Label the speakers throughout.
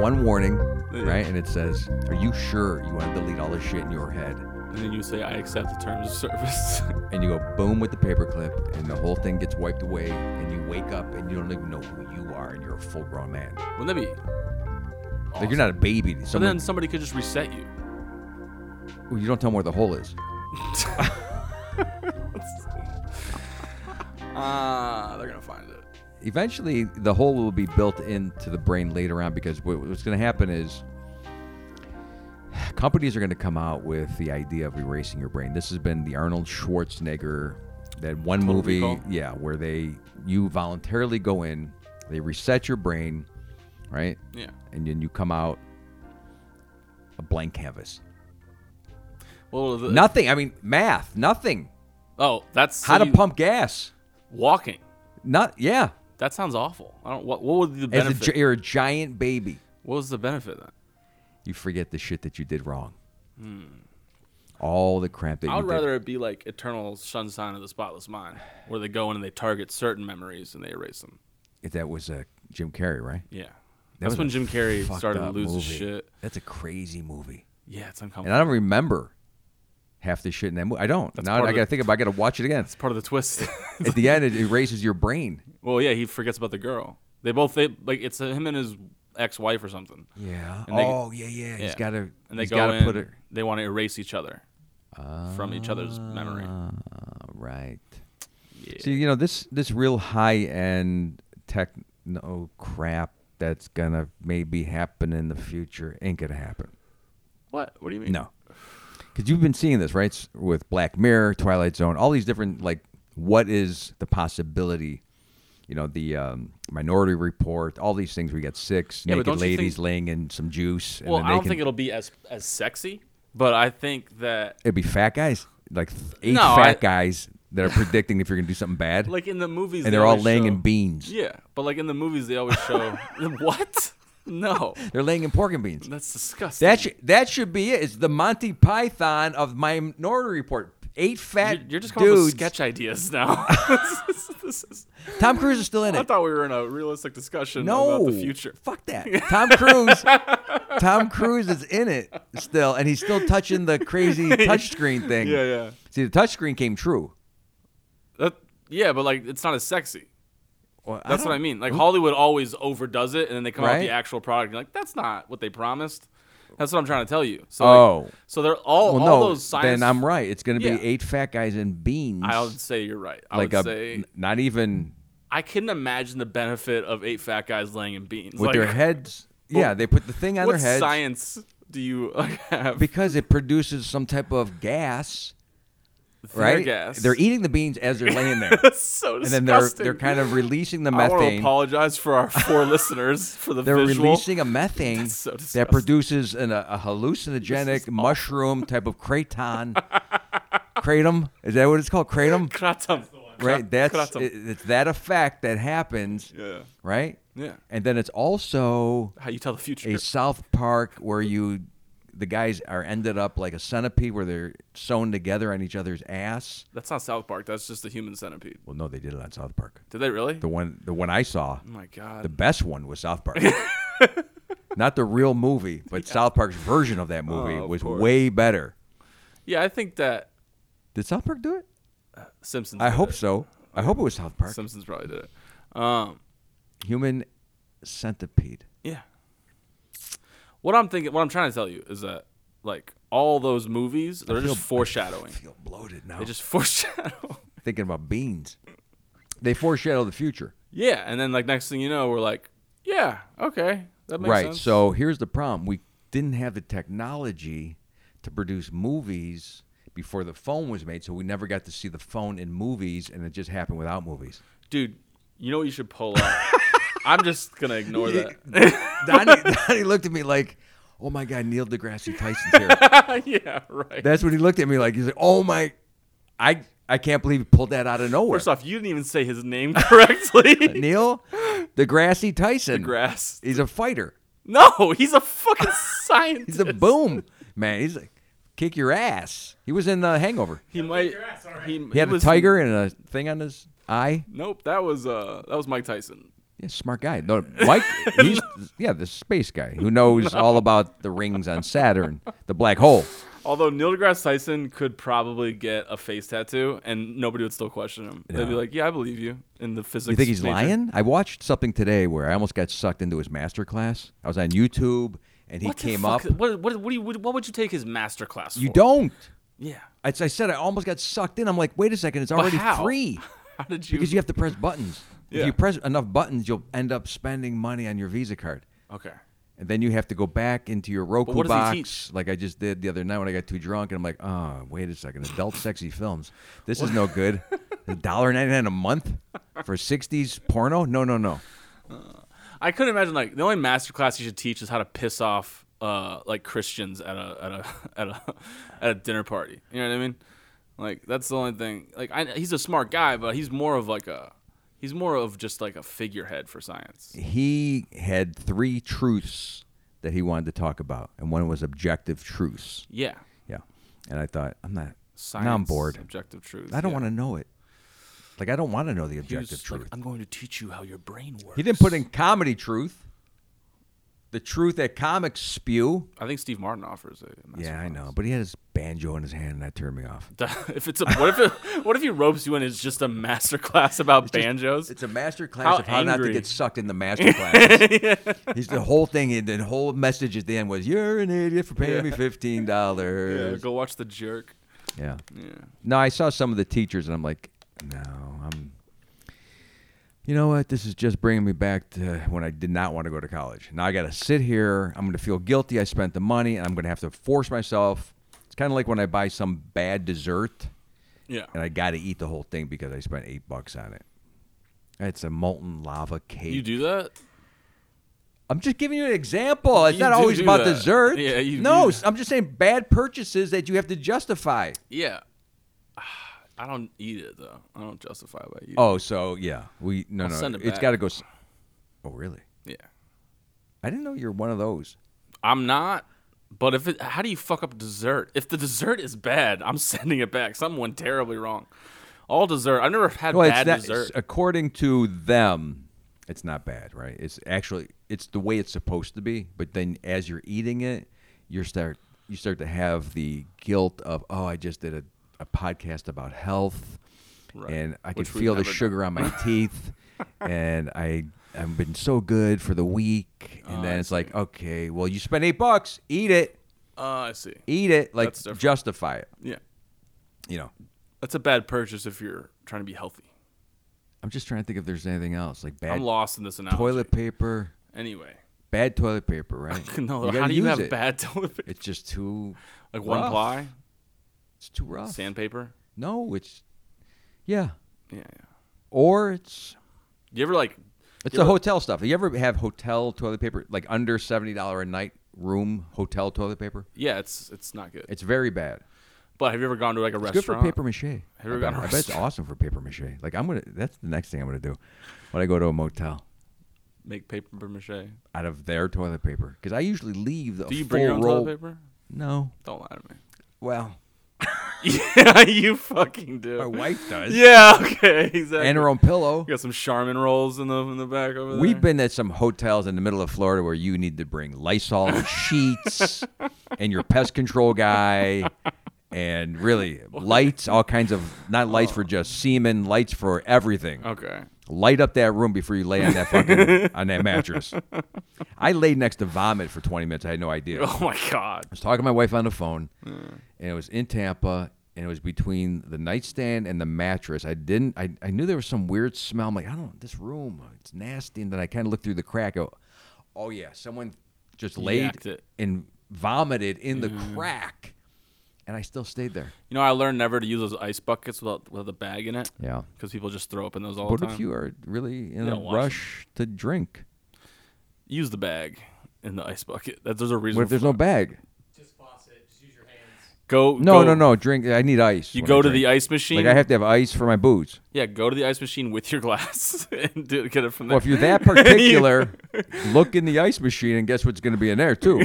Speaker 1: One warning,
Speaker 2: Yeah.
Speaker 1: right? And it says, Are you sure you want to delete all this shit in your head?
Speaker 2: And then you say, I accept the terms of service.
Speaker 1: And you go boom with the paperclip, and the whole thing gets wiped away, and you wake up and you don't even know who you are, and you're a full grown man.
Speaker 2: Wouldn't that be?
Speaker 1: Like, you're not a baby.
Speaker 2: But
Speaker 1: Someone,
Speaker 2: then somebody could just reset you.
Speaker 1: Ooh, you don't tell them where the hole is.
Speaker 2: Ah, they're gonna find it.
Speaker 1: eventually the hole will be built into the brain later on because what- what's going to happen is companies are going to come out with the idea of erasing your brain. This has been the Arnold Schwarzenegger that one
Speaker 2: Total
Speaker 1: movie,
Speaker 2: Recall?
Speaker 1: yeah, where they you voluntarily go in, they reset your brain, right?
Speaker 2: Yeah.
Speaker 1: And then you come out a blank canvas.
Speaker 2: Well, the,
Speaker 1: Nothing. I mean, math. Nothing.
Speaker 2: oh, that's
Speaker 1: How
Speaker 2: so
Speaker 1: to
Speaker 2: you-
Speaker 1: pump gas.
Speaker 2: walking.
Speaker 1: Not yeah.
Speaker 2: That sounds awful. I don't. What, what would be the
Speaker 1: As a,
Speaker 2: benefit?
Speaker 1: gi- you're a giant baby.
Speaker 2: what was the benefit then?
Speaker 1: you forget the shit that you did wrong. All the crap that
Speaker 2: I
Speaker 1: you
Speaker 2: would
Speaker 1: did.
Speaker 2: Hmm. rather it be like Eternal Sunshine of the Spotless Mind, where they go in and they target certain memories and they erase them.
Speaker 1: If that was uh, Jim Carrey, right?
Speaker 2: Yeah.
Speaker 1: That was
Speaker 2: That's when
Speaker 1: a
Speaker 2: Jim Carrey
Speaker 1: fucked
Speaker 2: started to
Speaker 1: up
Speaker 2: lose his
Speaker 1: movie.
Speaker 2: shit.
Speaker 1: That's a crazy movie,
Speaker 2: Yeah, it's
Speaker 1: and
Speaker 2: uncomfortable.
Speaker 1: I don't remember half the shit in that movie. I don't. now
Speaker 2: part
Speaker 1: I
Speaker 2: of
Speaker 1: got to
Speaker 2: the-
Speaker 1: think about. I got to watch it again.
Speaker 2: It's part of the twist.
Speaker 1: At the end, it erases your brain.
Speaker 2: well, yeah, he forgets about the girl. They both they like it's uh, him and his ex-wife or something.
Speaker 1: Yeah.
Speaker 2: And they-
Speaker 1: oh yeah, yeah. He's
Speaker 2: Yeah.
Speaker 1: got to.
Speaker 2: and they
Speaker 1: he's
Speaker 2: go
Speaker 1: got to
Speaker 2: in.
Speaker 1: put it
Speaker 2: They want to erase each other from each other's memory.
Speaker 1: Uh, right.
Speaker 2: Yeah.
Speaker 1: See, you know this this real high end techno crap that's gonna maybe happen in the future ain't gonna happen.
Speaker 2: What? What do you mean?
Speaker 1: No. Because you've been seeing this, right? S- With Black Mirror, Twilight Zone, all these different, like, what is the possibility? You know, the um, Minority Report, all these things. We got six
Speaker 2: Yeah, but
Speaker 1: naked
Speaker 2: don't you
Speaker 1: ladies
Speaker 2: think-
Speaker 1: laying in some juice.
Speaker 2: Well,
Speaker 1: and then
Speaker 2: I
Speaker 1: they
Speaker 2: don't
Speaker 1: can,
Speaker 2: think it'll be as as sexy, but I think that
Speaker 1: it'd be fat guys, like th- eight
Speaker 2: No,
Speaker 1: fat
Speaker 2: I-
Speaker 1: guys that are predicting if you're going to do something bad.
Speaker 2: like in the movies,
Speaker 1: and
Speaker 2: they
Speaker 1: they're all
Speaker 2: always
Speaker 1: laying
Speaker 2: show,
Speaker 1: in beans.
Speaker 2: Yeah, but like in the movies, they always show what? No,
Speaker 1: They're laying in pork and beans.
Speaker 2: that's disgusting.
Speaker 1: That, should that should be it. It's the Monty Python of Minority Report. Eight fat
Speaker 2: you're, you're just coming up with
Speaker 1: dudes.
Speaker 2: sketch ideas now. This is- this is-
Speaker 1: Tom Cruise is still in it.
Speaker 2: I thought we were in a realistic discussion
Speaker 1: no
Speaker 2: about the future.
Speaker 1: Fuck that. Tom Cruise. Tom Cruise is in it still, and he's still touching the crazy touchscreen thing.
Speaker 2: Yeah, yeah.
Speaker 1: See, the touchscreen came true.
Speaker 2: That, yeah, but like it's not as sexy.
Speaker 1: Well,
Speaker 2: That's what I
Speaker 1: don't-
Speaker 2: mean. Like Hollywood always overdoes it, and then they come out with the
Speaker 1: Right.
Speaker 2: actual product. And you're like that's not what they promised. That's what I'm trying to tell you. So,
Speaker 1: Oh.
Speaker 2: like, so they're all
Speaker 1: Well,
Speaker 2: all
Speaker 1: no.
Speaker 2: those science.
Speaker 1: then I'm right. It's going to be
Speaker 2: Yeah.
Speaker 1: eight fat guys in beans.
Speaker 2: I would say you're right. I
Speaker 1: like
Speaker 2: would
Speaker 1: a,
Speaker 2: say
Speaker 1: n- not even
Speaker 2: I couldn't imagine the benefit of eight fat guys laying in beans.
Speaker 1: with
Speaker 2: like,
Speaker 1: their heads. Yeah, they put the thing on
Speaker 2: what
Speaker 1: their heads
Speaker 2: science do you like, have?
Speaker 1: because it produces some type of gas.
Speaker 2: Their
Speaker 1: Right?
Speaker 2: gas.
Speaker 1: They're eating the beans as they're laying there.
Speaker 2: That's so
Speaker 1: and
Speaker 2: disgusting.
Speaker 1: then they're they're kind of releasing the
Speaker 2: I want to
Speaker 1: methane.
Speaker 2: apologize for our four listeners for the
Speaker 1: They're
Speaker 2: visual.
Speaker 1: releasing a methane
Speaker 2: That's so disgusting.
Speaker 1: that produces an, a, a hallucinogenic mushroom type of kraton. kratom? Is that what it's called? Kratom?
Speaker 2: Kratom.
Speaker 1: Right? That's
Speaker 2: Kratom.
Speaker 1: it, it's that effect that happens,
Speaker 2: yeah.
Speaker 1: right?
Speaker 2: Yeah.
Speaker 1: And then it's also
Speaker 2: How you tell the future?
Speaker 1: a South Park where you the guys are ended up like a centipede where they're sewn together on each other's ass.
Speaker 2: That's not South Park. That's just the human centipede.
Speaker 1: Well, no, they did it on South Park.
Speaker 2: Did they really?
Speaker 1: The one the one I saw.
Speaker 2: oh my
Speaker 1: The
Speaker 2: god.
Speaker 1: best one was South Park. Not the real movie, but South Park's version of that movie
Speaker 2: Oh, of
Speaker 1: was
Speaker 2: course.
Speaker 1: way better.
Speaker 2: yeah, I think that
Speaker 1: Did South Park do it?
Speaker 2: Simpsons.
Speaker 1: I
Speaker 2: did
Speaker 1: hope
Speaker 2: it.
Speaker 1: so. I hope it was South Park.
Speaker 2: Simpsons probably did it. Um,
Speaker 1: Human centipede.
Speaker 2: yeah. What I'm thinking, what I'm trying to tell you is that like all those movies, they're just
Speaker 1: I
Speaker 2: foreshadowing.
Speaker 1: feel bloated now.
Speaker 2: They just foreshadow.
Speaker 1: thinking about beans. They foreshadow the future.
Speaker 2: yeah, and then like next thing you know, we're like, yeah, okay, that makes
Speaker 1: right.
Speaker 2: sense.
Speaker 1: So here's the problem. We didn't have the technology to produce movies before the phone was made, so we never got to see the phone in movies and it just happened without movies.
Speaker 2: dude, you know what you should pull up. I'm just gonna ignore that.
Speaker 1: Donnie, Donnie looked at me like, "Oh my God, Neil deGrasse Tyson's here."
Speaker 2: yeah, right.
Speaker 1: That's what he looked at me like. He's like, "Oh my, I I can't believe he pulled that out of nowhere."
Speaker 2: First off, you didn't even say his name correctly.
Speaker 1: Neil deGrasse Tyson.
Speaker 2: Grass.
Speaker 1: He's a fighter.
Speaker 2: No, he's a fucking scientist.
Speaker 1: He's a boom man. He's like, kick your ass. He was in The Hangover.
Speaker 2: He might.
Speaker 3: your ass, all right.
Speaker 2: He,
Speaker 1: He had a
Speaker 2: was-
Speaker 1: tiger and a thing on his eye.
Speaker 2: Nope, that was uh, that was Mike Tyson.
Speaker 1: Yeah, smart guy. No, Mike, he's yeah, the space guy who knows all about the rings on Saturn, the black hole.
Speaker 2: Although Neil deGrasse Tyson could probably get a face tattoo, and nobody would still question him. They'd be
Speaker 1: Yeah.
Speaker 2: like, "Yeah, I believe you." In the physics,
Speaker 1: You think he's
Speaker 2: major.
Speaker 1: lying? I watched something today where I almost got sucked into his master class. I was on YouTube and he
Speaker 2: What the
Speaker 1: came up.
Speaker 2: fuck- What, what, what, do you, what, what would you take his master class?
Speaker 1: You
Speaker 2: for?
Speaker 1: don't.
Speaker 2: Yeah.
Speaker 1: As I said, I almost got sucked in. I'm like, wait a second, it's already
Speaker 2: how?
Speaker 1: free.
Speaker 2: How did you?
Speaker 1: Because you have to press buttons.
Speaker 2: Yeah.
Speaker 1: If you press enough buttons, you'll end up spending money on your Visa card.
Speaker 2: okay.
Speaker 1: And then you have to go back into your Roku
Speaker 2: what does he
Speaker 1: box,
Speaker 2: teach?
Speaker 1: like I just did the other night when I got too drunk, and I'm like, oh, wait a second, adult sexy films. This is no good. A dollar ninety nine a month for '60s porno? No, no, no.
Speaker 2: I couldn't imagine like the only master class you should teach is how to piss off uh, like Christians at a at a at a at a dinner party. You know what I mean? Like that's the only thing. Like I, he's a smart guy, but he's more of like a he's more of just like a figurehead for science.
Speaker 1: He had three truths that he wanted to talk about, and one was objective truths.
Speaker 2: Yeah.
Speaker 1: Yeah, and I thought, I'm not.
Speaker 2: Science.
Speaker 1: now I'm bored.
Speaker 2: Objective truth.
Speaker 1: I don't
Speaker 2: yeah.
Speaker 1: want to know it. Like I don't want to know the
Speaker 2: He was
Speaker 1: objective
Speaker 2: like,
Speaker 1: truth.
Speaker 2: I'm going to teach you how your brain works.
Speaker 1: he didn't put in comedy truth. The truth that comics spew.
Speaker 2: I think Steve Martin offers a. master
Speaker 1: Yeah, I
Speaker 2: class.
Speaker 1: know. But he had his banjo in his hand, and that turned me off.
Speaker 2: if it's a what if it, what if he ropes you in? It's just a master class about banjos.
Speaker 1: It's a master class
Speaker 2: How
Speaker 1: of how not to
Speaker 2: angry.
Speaker 1: get sucked in the master classes. He's the whole thing. The whole message at the end was, "You're an idiot for paying me fifteen
Speaker 2: yeah,
Speaker 1: dollars."
Speaker 2: go watch the jerk.
Speaker 1: Yeah.
Speaker 2: Yeah.
Speaker 1: No, I saw some of the teachers, and I'm like, no, I'm. You know what? This is just bringing me back to when I did not want to go to college. Now I got to sit here. I'm going to feel guilty. I spent the money, and I'm going to have to force myself. It's kind of like when I buy some bad dessert.
Speaker 2: Yeah.
Speaker 1: and I got to eat the whole thing because I spent eight bucks on it. It's a molten lava cake.
Speaker 2: You do that?
Speaker 1: I'm just giving you an example. It's
Speaker 2: You
Speaker 1: not
Speaker 2: do
Speaker 1: always
Speaker 2: do
Speaker 1: about
Speaker 2: that.
Speaker 1: dessert.
Speaker 2: Yeah, you
Speaker 1: no,
Speaker 2: do that.
Speaker 1: I'm just saying bad purchases that you have to justify.
Speaker 2: Yeah. I don't eat it though. I don't justify by eating.
Speaker 1: Oh, so yeah, we no
Speaker 2: I'll
Speaker 1: no,
Speaker 2: send it
Speaker 1: it's
Speaker 2: back.
Speaker 1: got to go. s- Oh, really?
Speaker 2: Yeah.
Speaker 1: I didn't know you're one of those.
Speaker 2: I'm not. But if it, how do you fuck up dessert? If the dessert is bad, I'm sending it back. Something went terribly wrong. All dessert. I've never had
Speaker 1: Well,
Speaker 2: bad
Speaker 1: it's not,
Speaker 2: dessert.
Speaker 1: according to them, it's not bad, right? It's actually it's the way it's supposed to be. But then as you're eating it, you start you start to have the guilt of oh, I just did a, a podcast about health,
Speaker 2: Right.
Speaker 1: and I can
Speaker 2: Which we've
Speaker 1: feel the
Speaker 2: never done.
Speaker 1: sugar on my teeth, and I I've been so good for the week, and
Speaker 2: Oh,
Speaker 1: then
Speaker 2: I
Speaker 1: it's like okay, well you spent eight bucks, eat it,
Speaker 2: Oh, I see.
Speaker 1: eat it, like
Speaker 2: That's different.
Speaker 1: justify it,
Speaker 2: Yeah.
Speaker 1: you know.
Speaker 2: That's a bad purchase if you're trying to be healthy.
Speaker 1: I'm just trying to think if there's anything else like
Speaker 2: I'm
Speaker 1: bad
Speaker 2: lost in this analogy.
Speaker 1: toilet paper.
Speaker 2: Anyway.
Speaker 1: bad toilet paper, right?
Speaker 2: no,
Speaker 1: gotta
Speaker 2: how do you
Speaker 1: use
Speaker 2: have
Speaker 1: it.
Speaker 2: bad toilet paper?
Speaker 1: It's just too
Speaker 2: Like one
Speaker 1: rough.
Speaker 2: ply,
Speaker 1: It's too rough.
Speaker 2: sandpaper.
Speaker 1: No, it's yeah,
Speaker 2: Yeah, yeah.
Speaker 1: or it's
Speaker 2: You ever like?
Speaker 1: it's
Speaker 2: you
Speaker 1: the
Speaker 2: ever-
Speaker 1: hotel stuff. You ever have hotel toilet paper like under seventy dollar a night room hotel toilet paper?
Speaker 2: Yeah, it's it's not good.
Speaker 1: It's very bad.
Speaker 2: But have you ever gone to like a
Speaker 1: It's good for
Speaker 2: restaurant?
Speaker 1: paper mache. I
Speaker 2: ever
Speaker 1: bet,
Speaker 2: gone to
Speaker 1: I
Speaker 2: a
Speaker 1: bet it's
Speaker 2: restaurant?
Speaker 1: awesome for paper mache. Like I'm gonna that's the next thing I'm gonna do when I go to a motel
Speaker 2: Make paper mache. Do
Speaker 1: out of their toilet paper because I usually leave the
Speaker 2: you
Speaker 1: full
Speaker 2: bring your own
Speaker 1: roll.
Speaker 2: toilet paper?
Speaker 1: No,
Speaker 2: Don't lie to me.
Speaker 1: well
Speaker 2: yeah, you fucking do.
Speaker 1: my wife does.
Speaker 2: Yeah, okay, exactly.
Speaker 1: and her own pillow.
Speaker 2: You got some Charmin rolls in the in the back over there.
Speaker 1: We've been at some hotels in the middle of Florida where you need to bring Lysol and sheets and your pest control guy and really lights, all kinds of not lights
Speaker 2: Oh.
Speaker 1: for just semen, lights for everything.
Speaker 2: Okay.
Speaker 1: Light up that room before you lay on that fucking on that mattress. I laid next to vomit for 20 minutes. I had no idea. I
Speaker 2: Oh my god.
Speaker 1: was talking to my wife on the phone
Speaker 2: Mm.
Speaker 1: and it was in Tampa and it was between the nightstand and the mattress. I didn't I, I knew there was some weird smell. I'm like, I don't know, this room, it's nasty. And then I kinda looked through the crack. I Go, oh yeah, someone just laid
Speaker 2: Yacked it. Mm-hmm.
Speaker 1: and vomited in the crack. And I still stayed there.
Speaker 2: You know, I learned never to use those ice buckets without with a bag in it.
Speaker 1: Yeah.
Speaker 2: Because people just throw up in those all
Speaker 1: What
Speaker 2: the time.
Speaker 1: if you are really in
Speaker 2: Yeah,
Speaker 1: a
Speaker 2: wash 'em.
Speaker 1: rush to drink?
Speaker 2: use the bag in the ice bucket? That there's a reason.
Speaker 1: What if
Speaker 2: for
Speaker 1: there's no
Speaker 2: that.
Speaker 1: bag?
Speaker 3: Just floss it. Just use your hands.
Speaker 2: Go.
Speaker 1: No,
Speaker 2: go-
Speaker 1: no, no. Drink. I need ice.
Speaker 2: You
Speaker 1: when I
Speaker 2: go to
Speaker 1: drink.
Speaker 2: the ice machine.
Speaker 1: Like I have to have ice for my booze.
Speaker 2: Yeah, go to the ice machine with your glass and do, get it from there.
Speaker 1: Well, if you're that particular, look in the ice machine and guess what's going to be in there too.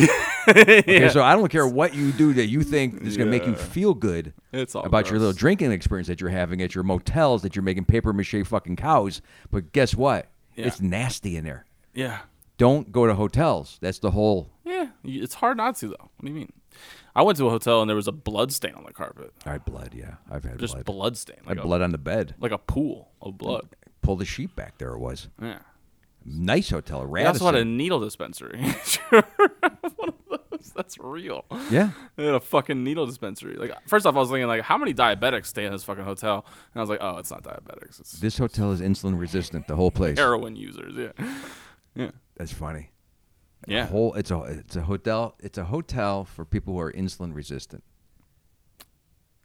Speaker 1: Okay,
Speaker 2: Yeah.
Speaker 1: so I don't care what you do that you think is going to make you
Speaker 2: Yeah.
Speaker 1: feel good
Speaker 2: It's all
Speaker 1: about your
Speaker 2: gross.
Speaker 1: little drinking experience that you're having at your motels that you're making paper mache fucking cows. But guess what?
Speaker 2: Yeah.
Speaker 1: It's nasty in there.
Speaker 2: yeah.
Speaker 1: Don't go to hotels. That's the whole.
Speaker 2: Yeah. You- It's hard not to though. What do you mean? I went to a hotel and there was a blood stain on the carpet.
Speaker 1: All right, blood. Yeah, I've had
Speaker 2: Just
Speaker 1: blood.
Speaker 2: blood, stain.
Speaker 1: I had
Speaker 2: Like a,
Speaker 1: blood on the bed.
Speaker 2: like a pool of blood.
Speaker 1: Pull the sheet back. There it was.
Speaker 2: Yeah.
Speaker 1: Nice hotel.
Speaker 2: I
Speaker 1: Radisson.
Speaker 2: also had a needle dispensary. Sure. One of those. That's real.
Speaker 1: yeah.
Speaker 2: They had a fucking needle dispensary. Like first off, I was thinking like, how many diabetics stay in this fucking hotel? And I was like, oh, it's not diabetics. It's
Speaker 1: This hotel is insulin resistant. The whole place.
Speaker 2: heroin users. Yeah. Yeah.
Speaker 1: That's funny.
Speaker 2: Yeah.
Speaker 1: Whole. It's a. It's a hotel. It's a hotel for people who are insulin resistant.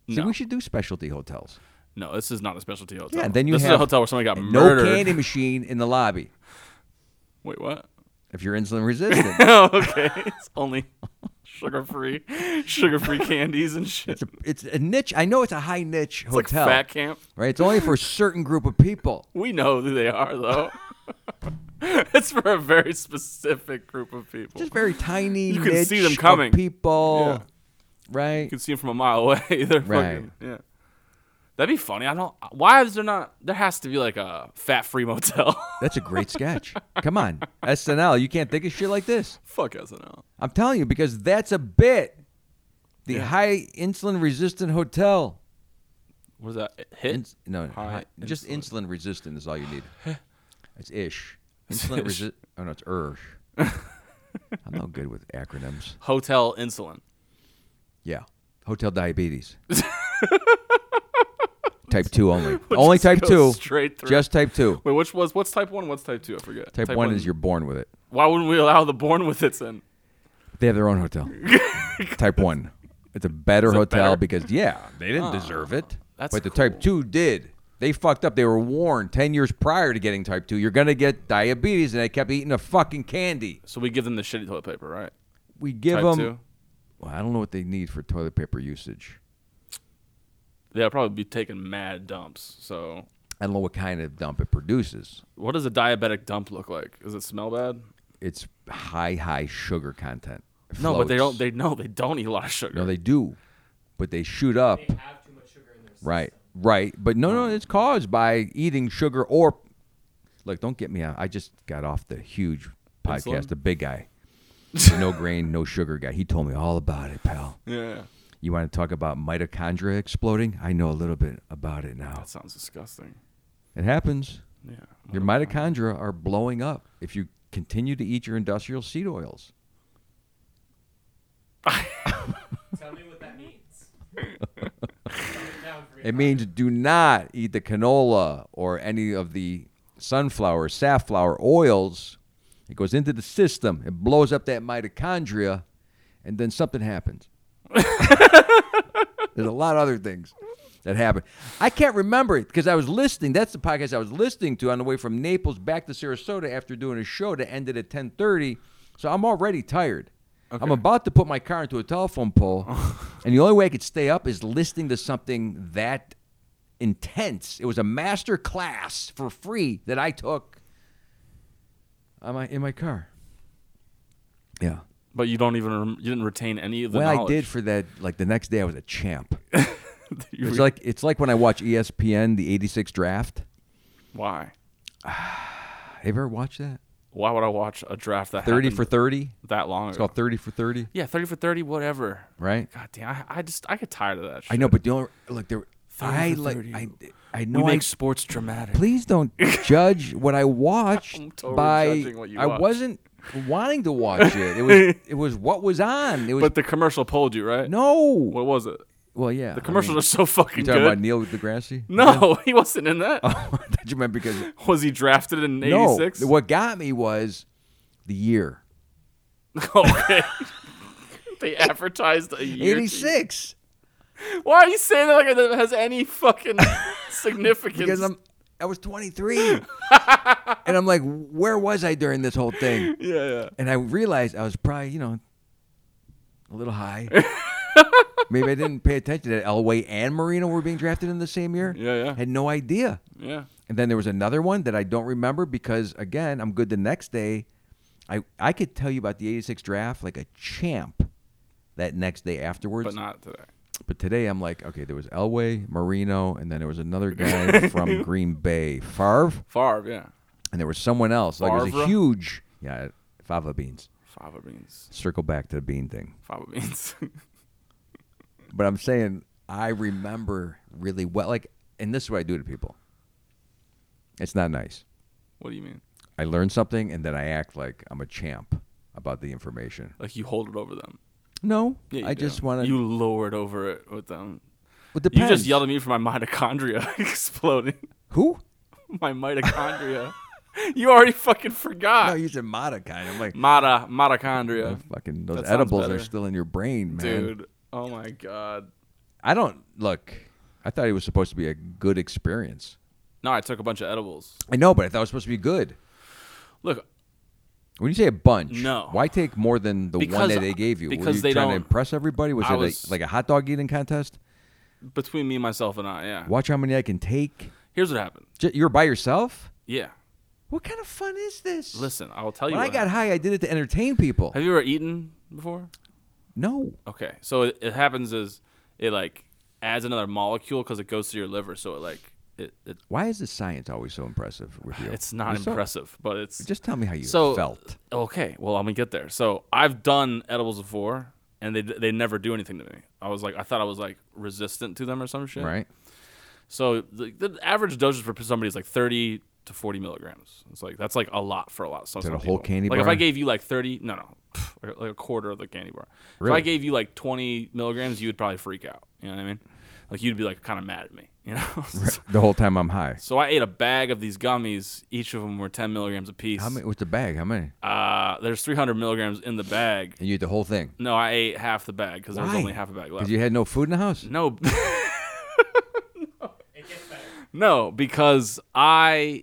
Speaker 1: See,
Speaker 2: No.
Speaker 1: we should do specialty hotels.
Speaker 2: No, this is not a specialty hotel.
Speaker 1: Yeah, then you
Speaker 2: this
Speaker 1: have
Speaker 2: is a hotel where somebody got
Speaker 1: a
Speaker 2: murdered.
Speaker 1: No candy machine in the lobby
Speaker 2: Wait, what?
Speaker 1: if you're insulin resistant.
Speaker 2: Oh, okay. It's only sugar free, sugar free candies and shit.
Speaker 1: it's a it's a niche. I know it's a high niche
Speaker 2: It's like
Speaker 1: hotel,
Speaker 2: fat camp.
Speaker 1: right? It's only for a certain group of people.
Speaker 2: We know who they are though. it's for a very specific group of people.
Speaker 1: Just very tiny.
Speaker 2: You can see
Speaker 1: niche
Speaker 2: them coming.
Speaker 1: Of people,
Speaker 2: Yeah.
Speaker 1: right?
Speaker 2: You can see them from a mile away. They're
Speaker 1: Right.
Speaker 2: fucking yeah. That'd be funny. I don't. Why is there not? There has to be like a fat-free motel.
Speaker 1: That's a great sketch. Come on, SNL. You can't think of shit like this.
Speaker 2: Fuck SNL.
Speaker 1: I'm telling you because that's a bit. The high insulin resistant hotel.
Speaker 2: What is that? Hit.
Speaker 1: Ins- no,
Speaker 2: High
Speaker 1: hi- just insulin resistant is all you need. It's ish. Insulin
Speaker 2: ish.
Speaker 1: resist. Oh no, it's irsh. I'm not good with acronyms.
Speaker 2: Hotel insulin.
Speaker 1: Yeah, hotel diabetes. type two only. only
Speaker 2: just
Speaker 1: type two.
Speaker 2: goes straight through.
Speaker 1: Just type two.
Speaker 2: Wait, which was what's type one? What's type two? I forget.
Speaker 1: Type, one, is you're born with it.
Speaker 2: Why wouldn't we allow the born with its in?
Speaker 1: They have their own hotel. type one. It's a better
Speaker 2: it
Speaker 1: hotel
Speaker 2: better? Ah,
Speaker 1: because yeah, they didn't deserve it.
Speaker 2: that's
Speaker 1: but the type two did. They fucked up. They were warned ten years prior to getting type two. You're gonna get diabetes, and they kept eating the fucking candy.
Speaker 2: So we give them the shitty toilet paper, right?
Speaker 1: We give
Speaker 2: type
Speaker 1: them.
Speaker 2: two.
Speaker 1: Well, I don't know what they need for toilet paper usage.
Speaker 2: They'll probably be taking mad dumps. So
Speaker 1: I don't know what kind of dump it produces.
Speaker 2: what does a diabetic dump look like? Does it smell bad?
Speaker 1: It's high, high sugar content. It
Speaker 2: No, but they
Speaker 1: floats.
Speaker 2: don't. They no, they don't eat a lot of sugar.
Speaker 1: No, they do, but they shoot up.
Speaker 3: They have too much sugar in their system.
Speaker 1: Right, right. But no, no, it's caused by eating sugar or. Look, don't get me out. I just got off the huge podcast,
Speaker 2: Insulin?
Speaker 1: the big guy, the no grain, no sugar guy. He told me all about it, pal.
Speaker 2: yeah.
Speaker 1: You want to talk about mitochondria exploding? I know a little bit about it now.
Speaker 2: That sounds disgusting.
Speaker 1: It happens.
Speaker 2: Yeah.
Speaker 1: Your mitochondria are blowing up if you continue to eat your industrial seed oils.
Speaker 3: Tell me what that means. Dumb it down for me.
Speaker 1: It means do not eat the canola or any of the sunflower, safflower oils. It goes into the system, it blows up that mitochondria, and then something happens. There's a lot of other things that happen. I can't remember it because I was listening. That's the podcast I was listening to on the way from Naples back to Sarasota after doing a show that ended at 10:30. So I'm already tired. I'm about to put my car into a telephone pole, and the only way I could stay up is listening to something that intense. It was a master class for free that I took on my, in my car. Yeah.
Speaker 2: But you don't even rem- you didn't retain any of the
Speaker 1: Well, I
Speaker 2: knowledge.
Speaker 1: did for that. Like the next day, I was a champ.
Speaker 2: You
Speaker 1: It's
Speaker 2: re-
Speaker 1: like it's like when I watch E ESPN the '86 draft.
Speaker 2: why?
Speaker 1: Have you ever watched that?
Speaker 2: Why would I watch a draft that
Speaker 1: Thirty
Speaker 2: happened
Speaker 1: for thirty.
Speaker 2: that long
Speaker 1: It's
Speaker 2: ago?
Speaker 1: called Thirty for Thirty,
Speaker 2: yeah, thirty for thirty, whatever.
Speaker 1: right?
Speaker 2: God damn, I, I just I get tired of that. Shit.
Speaker 1: I know, but the only look there.
Speaker 2: 30
Speaker 1: I
Speaker 2: for
Speaker 1: like
Speaker 2: 30.
Speaker 1: I I
Speaker 2: We
Speaker 1: know. I,
Speaker 2: make sports dramatic.
Speaker 1: please don't judge what I watched
Speaker 2: I'm totally
Speaker 1: by.
Speaker 2: judging what you
Speaker 1: I
Speaker 2: watched.
Speaker 1: wasn't wanting to watch it. It was it was what was on. It was
Speaker 2: But the commercial pulled you, right?
Speaker 1: no.
Speaker 2: What was it?
Speaker 1: Well, yeah.
Speaker 2: The commercials are so
Speaker 1: you
Speaker 2: fucking
Speaker 1: talking Oh.
Speaker 2: good.
Speaker 1: about Neil DeGrasse?
Speaker 2: no, he wasn't in that.
Speaker 1: I thought you meant because
Speaker 2: Was he drafted in
Speaker 1: no.
Speaker 2: '86?
Speaker 1: What got me was the year.
Speaker 2: okay. they advertised a year.
Speaker 1: 86
Speaker 2: Why are you saying that like it has any fucking significance?
Speaker 1: because I'm I was 23 and I'm like where was I during this whole thing
Speaker 2: yeah, yeah.
Speaker 1: and I realized I was probably you know a little high maybe I didn't pay attention that Elway and Marino were being drafted in the same year
Speaker 2: Yeah, yeah.
Speaker 1: had no idea
Speaker 2: Yeah.
Speaker 1: and then there was another one that I don't remember because again I'm good the next day I I could tell you about the '86 draft like a champ. That next day afterwards,
Speaker 2: but not today.
Speaker 1: But today I'm like, okay, there was Elway, Marino, and then there was another guy from Green Bay, Favre,
Speaker 2: Favre, yeah.
Speaker 1: and there was someone else. Like it was
Speaker 2: Favre?
Speaker 1: a huge, yeah, fava beans.
Speaker 2: Fava beans.
Speaker 1: Circle back to the bean thing.
Speaker 2: Fava beans.
Speaker 1: But I'm saying I remember really well. Like, and this is what I do to people. It's not nice.
Speaker 2: what do you mean?
Speaker 1: I learn something and then I act like I'm a champ about the information.
Speaker 2: Like you hold it over them.
Speaker 1: No,
Speaker 2: Yeah, you
Speaker 1: I
Speaker 2: do.
Speaker 1: just want to.
Speaker 2: You lowered over it with them.
Speaker 1: It
Speaker 2: You just
Speaker 1: depends.
Speaker 2: yelled at me for my mitochondria exploding.
Speaker 1: Who?
Speaker 2: My mitochondria. you already fucking
Speaker 1: No,
Speaker 2: forgot.
Speaker 1: you said Mordecai. I'm like,
Speaker 2: Mata mitochondria,
Speaker 1: "Oh, fucking those
Speaker 2: Ah. That sounds
Speaker 1: edibles are
Speaker 2: better.
Speaker 1: still in your brain, man.
Speaker 2: dude. Oh my god.
Speaker 1: I don't look. I thought it was supposed to be a good experience.
Speaker 2: No, I took a bunch of edibles.
Speaker 1: I know, but I thought it was supposed to be good.
Speaker 2: Look,
Speaker 1: When you say a bunch,
Speaker 2: No.
Speaker 1: why take more than the one
Speaker 2: Because-
Speaker 1: that they gave you? Were
Speaker 2: because
Speaker 1: you
Speaker 2: they
Speaker 1: trying to
Speaker 2: don't-
Speaker 1: impress everybody? Was
Speaker 2: I
Speaker 1: it
Speaker 2: was-
Speaker 1: a, like a hot dog eating contest?
Speaker 2: between me, myself, and I, yeah.
Speaker 1: Watch how many I can take.
Speaker 2: Here's what happened.
Speaker 1: J- You're by yourself.
Speaker 2: Yeah.
Speaker 1: What kind of fun is this?
Speaker 2: Listen, I will tell you.
Speaker 1: when I
Speaker 2: what
Speaker 1: got
Speaker 2: happened.
Speaker 1: high, I did it to entertain people.
Speaker 2: Have you ever eaten before?
Speaker 1: No,
Speaker 2: Okay, so it, it happens is it like adds another molecule because it goes to your liver, so it like it, it
Speaker 1: why is the science always so impressive with you?
Speaker 2: it's not
Speaker 1: You're so-
Speaker 2: impressive, but it's
Speaker 1: just tell me how you
Speaker 2: so
Speaker 1: felt.
Speaker 2: Okay, well I'm gonna get there. So I've done edibles before, and they they never do anything to me. I was like I thought I was like resistant to them or some shit.
Speaker 1: Right?
Speaker 2: So the, the average dosage for somebody is like 30 to 40 milligrams. It's like that's like a lot for a lot. So
Speaker 1: that a whole candy
Speaker 2: like if
Speaker 1: bar?
Speaker 2: I gave you like 30, no, no, pff, like- like a quarter of the candy bar. If
Speaker 1: Really?
Speaker 2: I gave you like 20 milligrams, you would probably freak out. You know what I mean? Like you'd be like kind of mad at me. You know.
Speaker 1: The whole time I'm high.
Speaker 2: So I ate a bag of these gummies. Each of them were 10 milligrams apiece.
Speaker 1: How many? What's the bag? How many?
Speaker 2: Uh, there's 300 milligrams in the bag.
Speaker 1: And you ate the whole thing
Speaker 2: No, I ate half the bag because there was
Speaker 1: Why?
Speaker 2: only half a bag left.
Speaker 1: because you had no food in the house.
Speaker 2: no.
Speaker 3: It gets better.
Speaker 2: No, because I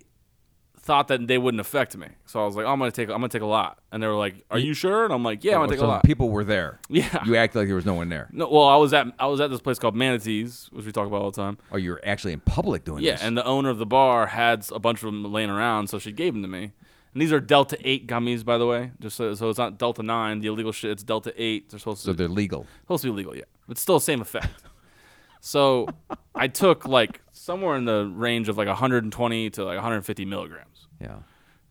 Speaker 2: thought that they wouldn't affect me. So I was like, oh, I'm gonna take, I'm gonna take a lot. And they were like, Are you sure? And I'm like, Yeah, I'm gonna take
Speaker 1: so
Speaker 2: a lot.
Speaker 1: People were there.
Speaker 2: Yeah.
Speaker 1: You acted like there was no one there.
Speaker 2: No, well, I was at, I was at this place called Manatees, which we talk about all the time.
Speaker 1: Oh, you were actually in public doing
Speaker 2: Yeah,
Speaker 1: this.
Speaker 2: and the owner of the bar had a bunch of them laying around, so she gave them to me. And these are Delta Eight gummies, by the way. Just so, so it's not Delta Nine, the illegal shit. It's Delta Eight. They're supposed to
Speaker 1: so they're legal.
Speaker 2: supposed to be legal, yeah. But still same effect. so I took like somewhere in the range of like 120 to like 150 milligrams.
Speaker 1: Yeah.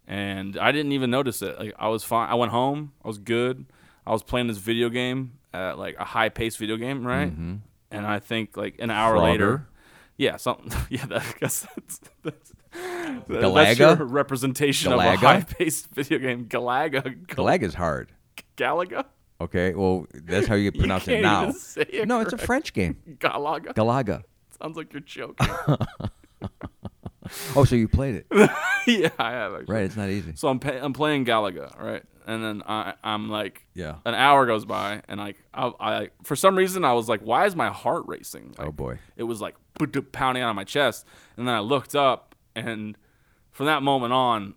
Speaker 2: and I didn't even notice it. Like I was fine. I went home. I was good. I was playing this video game, uh, like a high paced video game, right? And I think like an hour
Speaker 1: Mm-hmm. Frogger?
Speaker 2: later, yeah, something. Yeah, that, I guess that's that's, that's
Speaker 1: Galaga?
Speaker 2: your representation of
Speaker 1: Galaga?
Speaker 2: a high paced video game. Galaga, Gal-
Speaker 1: Galag is hard.
Speaker 2: Galaga.
Speaker 1: Okay. Well, that's how you
Speaker 2: You
Speaker 1: pronounce
Speaker 2: can't
Speaker 1: it now.
Speaker 2: even say it
Speaker 1: no, it's a
Speaker 2: correct.
Speaker 1: French game.
Speaker 2: Galaga.
Speaker 1: Galaga.
Speaker 2: Sounds like you're joking.
Speaker 1: Oh, so you played it.
Speaker 2: yeah, I have actually.
Speaker 1: Right. It's not easy.
Speaker 2: So I'm pay- I'm playing Galaga, right? And then I I'm like
Speaker 1: Yeah.
Speaker 2: An hour goes by and like I, I for some reason I was like why is my heart racing? Like,
Speaker 1: Oh, boy.
Speaker 2: It was like ba-doop, pounding out of my chest and then I looked up and from that moment on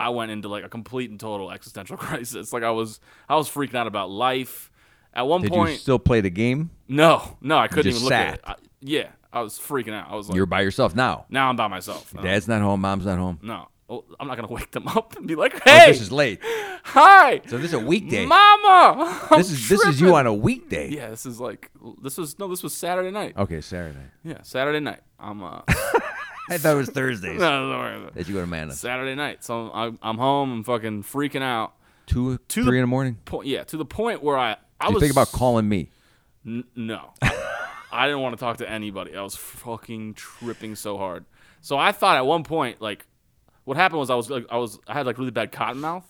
Speaker 2: I went into like a complete and total existential crisis. Like I was I was freaking out about life. At one
Speaker 1: Did you
Speaker 2: point
Speaker 1: still play the game?
Speaker 2: No, no, I couldn't
Speaker 1: just
Speaker 2: even look at it.
Speaker 1: sat?
Speaker 2: I, yeah, I was freaking out. I was like
Speaker 1: You're by yourself now.
Speaker 2: now I'm by myself. No,
Speaker 1: Dad's not home. Mom's not home.
Speaker 2: no. Oh, I'm not going to wake them up and be like,
Speaker 1: Oh,
Speaker 2: "Hey,
Speaker 1: this is late.
Speaker 2: hi."
Speaker 1: So this is a weekday.
Speaker 2: Mama, I'm
Speaker 1: this is this is Oh. you
Speaker 2: tripping.
Speaker 1: on a weekday.
Speaker 2: Yeah, this is like this was no, this was Saturday night.
Speaker 1: Okay, Saturday.
Speaker 2: Yeah, Saturday night. I'm uh,
Speaker 1: I thought it was Thursdays
Speaker 2: no, don't worry about it.
Speaker 1: that you go to Manna.
Speaker 2: Saturday night. So I'm, I'm home. I'm fucking freaking out.
Speaker 1: Two, three
Speaker 2: To the-
Speaker 1: in the morning.
Speaker 2: Po- yeah, to the point where I I
Speaker 1: Did you
Speaker 2: was
Speaker 1: think about calling me?
Speaker 2: N- no, I didn't want to talk to anybody. I was fucking tripping so hard. So I thought at one point, like, what happened was I was like, I was I had like really bad cotton mouth.